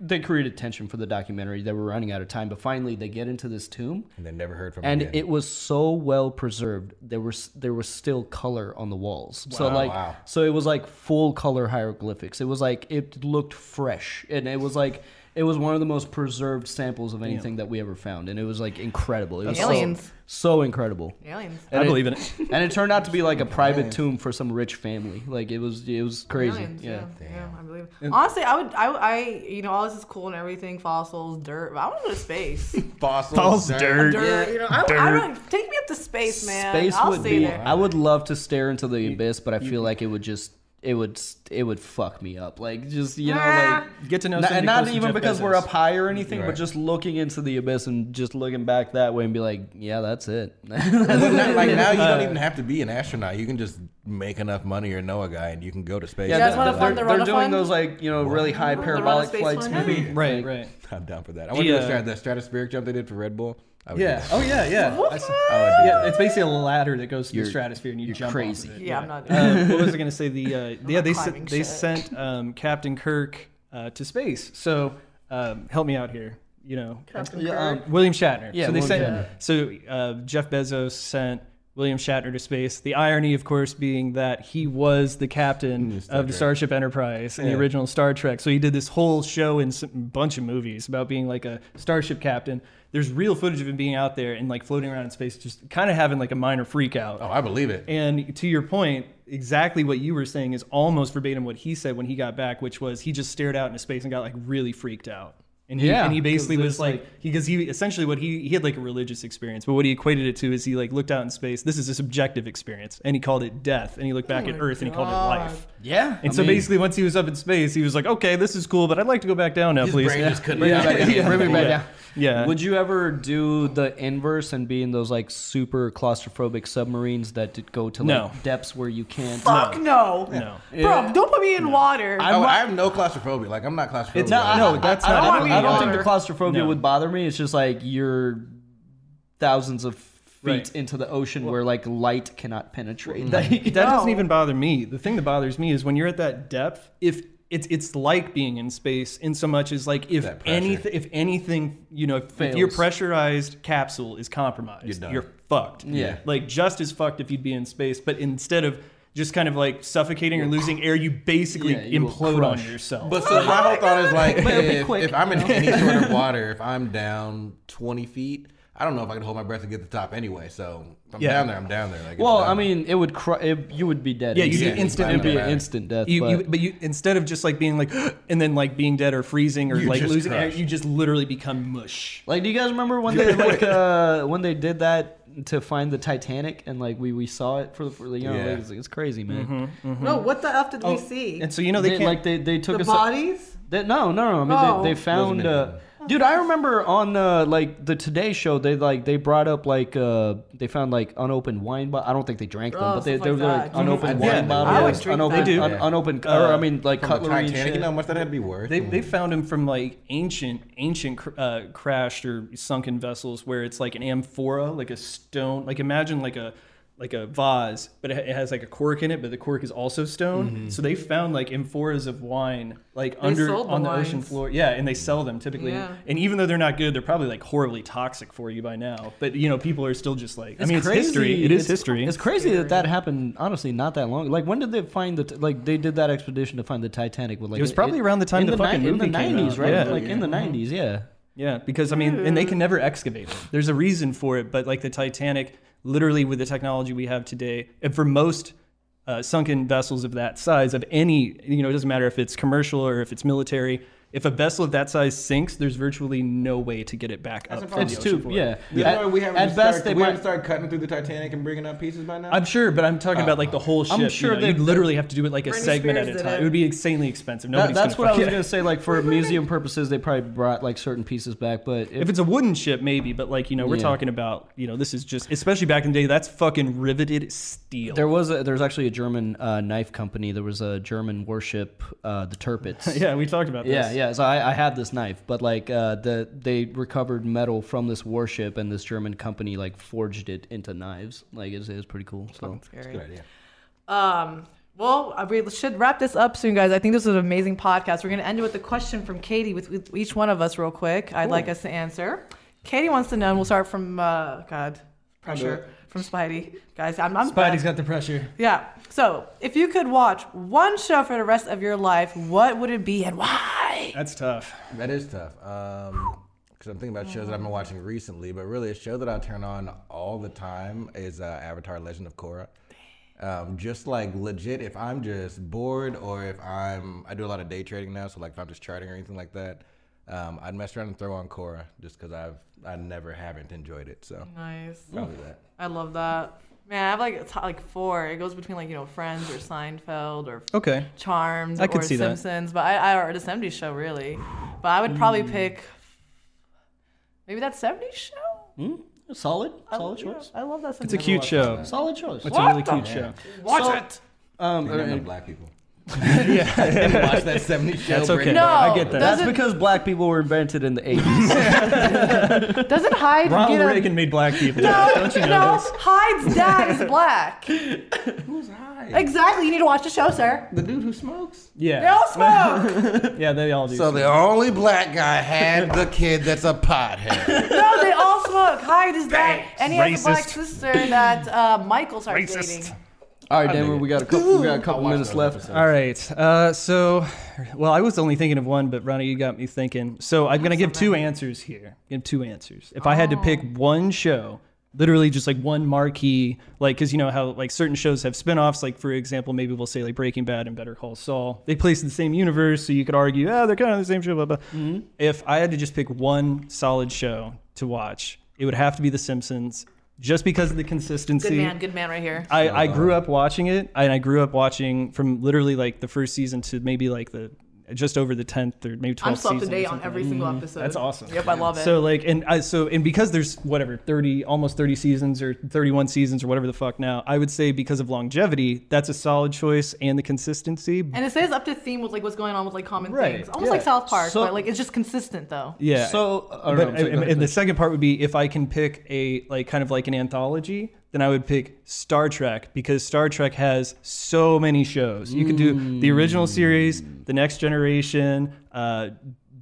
they created tension for the documentary. They were running out of time, but finally they get into this tomb, and they never heard from and him. again. it was so well preserved. There was there was still color on the walls. So like Wow. so it was like full color hieroglyphics. It was like it looked fresh, and it was like. It was one of the most preserved samples of anything that we ever found, and it was like incredible. It was so- Aliens. so incredible Aliens. And I believe in it. and it turned out to be like a private tomb for some rich family. Like it was, it was crazy. Aliens, yeah. yeah, yeah, I believe. it. Honestly, I would, I, I, you know, all this is cool and everything, fossils, dirt. But I want to go to space. fossils, Falls dirt. dirt. dirt, you know, I, I don't take me up to space, man. Space I'll would stay be. there. I would love to stare into the abyss, but I feel like it would just, it would, it would fuck me up. Like just you know, Ah. like Get to know Not- somebody and not close to even Jeff because we're Bezos. up high or anything, but Right. just looking into the abyss and just looking back that way and be like, yeah, that's it. Not- like now, you don't Uh, even have to be an astronaut. You can just make enough money or know a guy, and you can go to space. You guys they're- wanna they're- fund the they're Rona doing Fund? those like you know really high The Rona parabolic Space flights. Fund? Maybe Right, Like, right. I'm down for that. I want to The, do the, uh, strat- the stratospheric jump they did for Red Bull. I would do Yeah. that. Oh yeah, yeah. I would do Yeah, it's basically a ladder that goes to You're- the stratosphere and you you're jump crazy. Off of it. Yeah, I'm not- Uh, what was I going to say? The uh, yeah, they climbing sent, they shit. sent um, Captain Kirk uh, to space. So um, help me out here. You know, Yeah, um, William Shatner. Yeah, so they William sent so uh, Jeff Bezos sent William Shatner to space. The irony, of course, being that he was the captain Star of the Trek. Starship Enterprise in the Yeah. original Star Trek. So he did this whole show in a bunch of movies about being like a starship captain. There's real footage of him being out there and like floating around in space, just kind of having like a minor freak out. Oh, I believe it. And to your point, exactly what you were saying is almost verbatim what he said when he got back, which was he just stared out into space and got like really freaked out. And he, Yeah, and he basically 'cause was there's, like, because he essentially what he he had like a religious experience, but what he equated it to is he like looked out in space. This is a subjective experience, and he called it death. And he looked Oh back at Earth and he called it life. yeah. And I so mean- basically, once he was up in space, he was like, okay, this is cool, but I'd like to go back down now, His please. brain just couldn't. Bring it Yeah. back down. Yeah. Bring it back Yeah. down. Yeah. Would you ever do the inverse and be in those like super claustrophobic submarines that did go to like No. depths where you can't? Fuck no. No. Bro, don't put me in water. I- Oh, I'm- I have no claustrophobia. Like I'm not claustrophobic. It's not- no, I- that's I- not- I don't, I don't either. think the claustrophobia No. would bother me. It's just like you're thousands of feet Right. into the ocean where like light cannot penetrate. Like, that doesn't No. even bother me. The thing that bothers me is when you're at that depth. If it's it's like being in space in so much as like if That pressure. anything if anything you know if, if Fails. your pressurized capsule is compromised, You're done. fucked. Yeah. like just as fucked if you'd be in space, but instead of just kind of like suffocating or losing air, you basically Yeah, you will implode on crush. yourself. But so my whole thought is like, But it'll be if, quick, if I'm in any sort of water, if I'm down 20 feet, I don't know if I can hold my breath and get to the top anyway. So if I'm Yeah. down there. I'm down there. Like, it's well, done. I mean, it would cr- it, you would be dead. Yeah, you'd be instantly. instant- It'd be an Right. instant death. you, but, you, but you instead of just like being like and then like being dead or freezing or You like just losing air, crushed. you just literally become mush. Like, do you guys remember when they like uh, when they did that to find the Titanic and like we, we saw it for the for, the- you know Yeah. like, it's, it's crazy Mm-hmm. man. no, what the f did we see? And so you know they, They- can't like they they took the us bodies. They, no no no. I mean Oh. they, they found uh, dude. I remember on uh, like the Today Show they like they brought up like uh, they found like unopened wine bottles. I don't think they drank them, Oh, but they stuff they were like like that. unopened Yeah. wine I would bottles, drink unopened that. They do. un- unopened Uh, or I mean like From the cutlery and Titanic, you shit. know how much that'd be worth. They, they found him from like ancient ancient cr- uh, crashed or sunken vessels where it's like an amphora, like a stone. Like imagine like a like a vase, but it, ha- it has like a cork in it, but the cork is also stone. Mm-hmm. So they found like amphoras of wine like under sold the on the ocean wines. floor. Yeah, and they sell them typically. Yeah. And even though they're not good, they're probably like horribly toxic for you by now. But you know, people are still just like I mean, it's history. It is It's- history. It's crazy that that happened. Honestly, not that long. Like when did they find the t- like they did that expedition to find the Titanic? With like It was probably around the time in the fucking ni- in the movie came nineties, out. right? Yeah. Like in the nineties, yeah. Yeah, because I mean, and they can never excavate it. There's a reason for it, but like the Titanic, literally with the technology we have today, and for most uh, sunken vessels of that size, of any, you know, it doesn't matter if it's commercial or if it's military. If a vessel of that size sinks, there's virtually no way to get it back up. From It's the too ocean floor. yeah. You know, At, we haven't at best started, they we might haven't started cutting through the Titanic and bringing up pieces by now. I'm sure, but I'm talking about like the whole ship. I'm you sure know, they- you'd literally have to do it like a Britney segment Spears at a did time. it. It would be insanely expensive. That, Nobody's that's gonna what I was fucking- gonna say. Like for museum purposes, they probably brought like certain pieces back, but if, If it's a wooden ship, maybe, but like you know, we're Yeah. talking about you know, this is just especially back in the day. That's fucking riveted steel. there was a, there was actually a German uh, knife company. There was a German warship, uh, the Tirpitz. yeah, we talked about this. Yeah, yeah. So I, I had this knife, but like uh, the they recovered metal from this warship, and this German company like forged it into knives. Like Oh, it's, it's pretty cool. So Scary. Good idea. Um, Well, uh, we should wrap this up soon, guys. I think this was an amazing podcast. We're going to end it with a question from Katie with, with each one of us, real quick. I'd like us to answer. Katie wants to know, and we'll start from, uh, God, pressure from Spidey. Guys, I'm, I'm Spidey's got the pressure. Yeah. So, if you could watch one show for the rest of your life, what would it be and why? That's tough. That is tough. Um, because I'm thinking about shows that I've been watching recently, but really a show that I turn on all the time is uh, Avatar: Legend of Korra. Um, just like legit, if I'm just bored or if I'm, I do a lot of day trading now, so like if I'm just charting or anything like that, um, I'd mess around and throw on Korra just because I've, I never haven't enjoyed it. So Nice. probably that. I love that. Man, I have like it's like four. It goes between like you know Friends or Seinfeld or Okay. Charmed I could or see that. Simpsons, but I, I or the '70s show really. But I would Mm. probably pick maybe that '70s show. Solid, I, solid yeah, choice. I love that. It's a cute show. It's Solid choice. a really cute show. Watch So- it. Um, Ain't nothing uh, but black people. yeah, watch that 70s show. That's Breaking okay. No, Bad. I get that. that's doesn't, because black people were invented in the 80s. doesn't Hyde Ronald get a, Reagan made black people. No, Don't you know no, this? Hyde's dad is black. Who's high? exactly. You need to watch the show, sir. the dude who smokes. Yeah. They all smoke. yeah, they all do. So the only black guy had the kid that's a pothead. no, they all smoke. Hyde is black, and he has a black Racist. sister that uh, Michael starts dating. All right, Denver, dig we got a couple. We got a couple watch minutes those left. episodes. all right. Uh, so, well, I was only thinking of one, but Ronnie, you got me thinking. So I'm gonna give two answers here. Give two answers. If I had to Oh. pick one show, literally just like one marquee, like because you know how like certain shows have spin-offs. Like for example, maybe we'll say like Breaking Bad and Better Call Saul. They place in the same universe, so you could argue, ah, they're kind of the same show. Blah blah. Mm-hmm. If I had to just pick one solid show to watch, it would have to be The Simpsons. Just because of the consistency, Good man, good man, right here. I, I grew up watching it, and I grew up watching from literally like the first season to maybe like the just over the tenth or maybe I'm twelfth still season. up to or date on something. Mm. every single episode. That's awesome. Yep, I love it. So like and I, so and because there's whatever thirty almost thirty seasons or thirty one seasons or whatever the fuck now, I would say because of longevity, that's a solid choice and the consistency. and it stays up to theme with like what's going on with like common Right, things, almost yeah. like South Park, So- but like it's just consistent though. yeah. So, uh, Oh, no, but I'm sorry, go and- and ahead, the please. second part would be if I can pick a like kind of like an anthology, then I would pick Star Trek because Star Trek has so many shows. You could do the original series, the Next Generation, uh,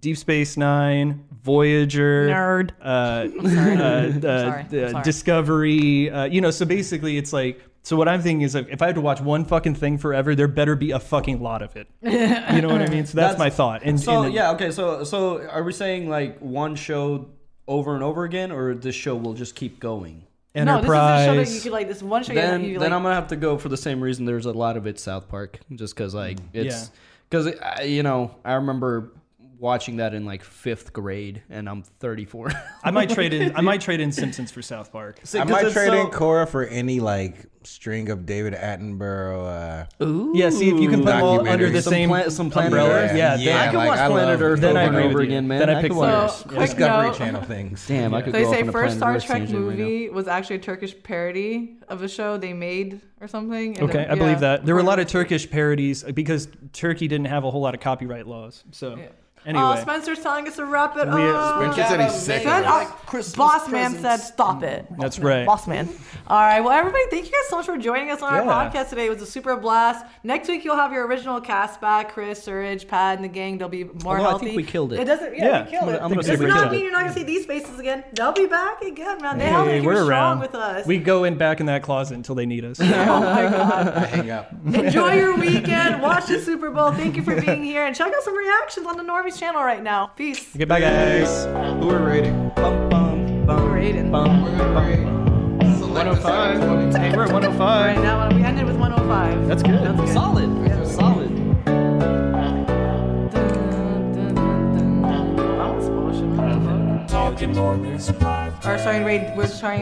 Deep Space Nine, Voyager, Nerd. uh, sorry. uh, sorry. I'm uh, sorry. Discovery. Uh, you know, so basically, it's like. So what I'm thinking is, like, if I had to watch one fucking thing forever, there better be a fucking lot of it. You know what I mean? So that's, That's- my thought. And So and- yeah, okay. So so are we saying like one show over and over again, or this show will just keep going? Enterprise. No, this is a show that you could like this one show Then that you then like. I'm gonna have to go for the same reason. There's a lot of it South Park, just because like it's because you know I remember watching that in like fifth grade, and I'm 34. I might trade in. I might trade in Simpsons for South Park. I might trade in Cora for any like string of David Attenborough. Uh, Yeah, see if you can put them all under the Documentaries. Some same pla- some planet umbrella. Earth. Yeah, I Yeah. can like, watch I Planet love- Earth Then, then over I and agree over with you. again, man. Then I, I pick could watch- Slayers. So, Yeah. quick- Discovery note. Channel things. Damn, I could they go off say on a first Star Planet Earth Trek tangent right now. movie was actually a Turkish parody of a show they made or something. and Okay, then- I yeah. believe that there were a lot of Turkish parodies uh, because Turkey didn't have a whole lot of copyright laws. So Yeah. anyway, Oh, Spencer's telling us to wrap it We- uh, up. Spencer said he's sick of Then, uh, us. Christmas boss man said, presents. "Stop it." That's Boss man. right. boss man. All right, well, everybody, thank you guys so much for joining us on Yeah. our podcast today. It was a super blast. Next week you'll have your original cast back: Chris, Surridge, Pad, and the gang. They'll be more Although I healthy. think we killed it. It doesn't. Yeah, Yeah, we killed I'm gonna- it. I'm gonna Does say we not killed mean it. you're not gonna see these faces again. They'll be back again, man. They held hey, it. You we're strong around. with us. We go in back in that closet until they need us. Hang up. Enjoy your weekend. Watch the Super Bowl. Thank you for being here, and check out some reactions on the Normies channel right now. Peace. Goodbye, guys. Who are rating? Bum, bum, bum, Raiden. bum. We're gonna rate. Select the song that's gonna be- Hey, we're at 105. Right now, we ended with 105. That's good. Solid, solid. Or Uh-huh. sorry, Ray, we're trying.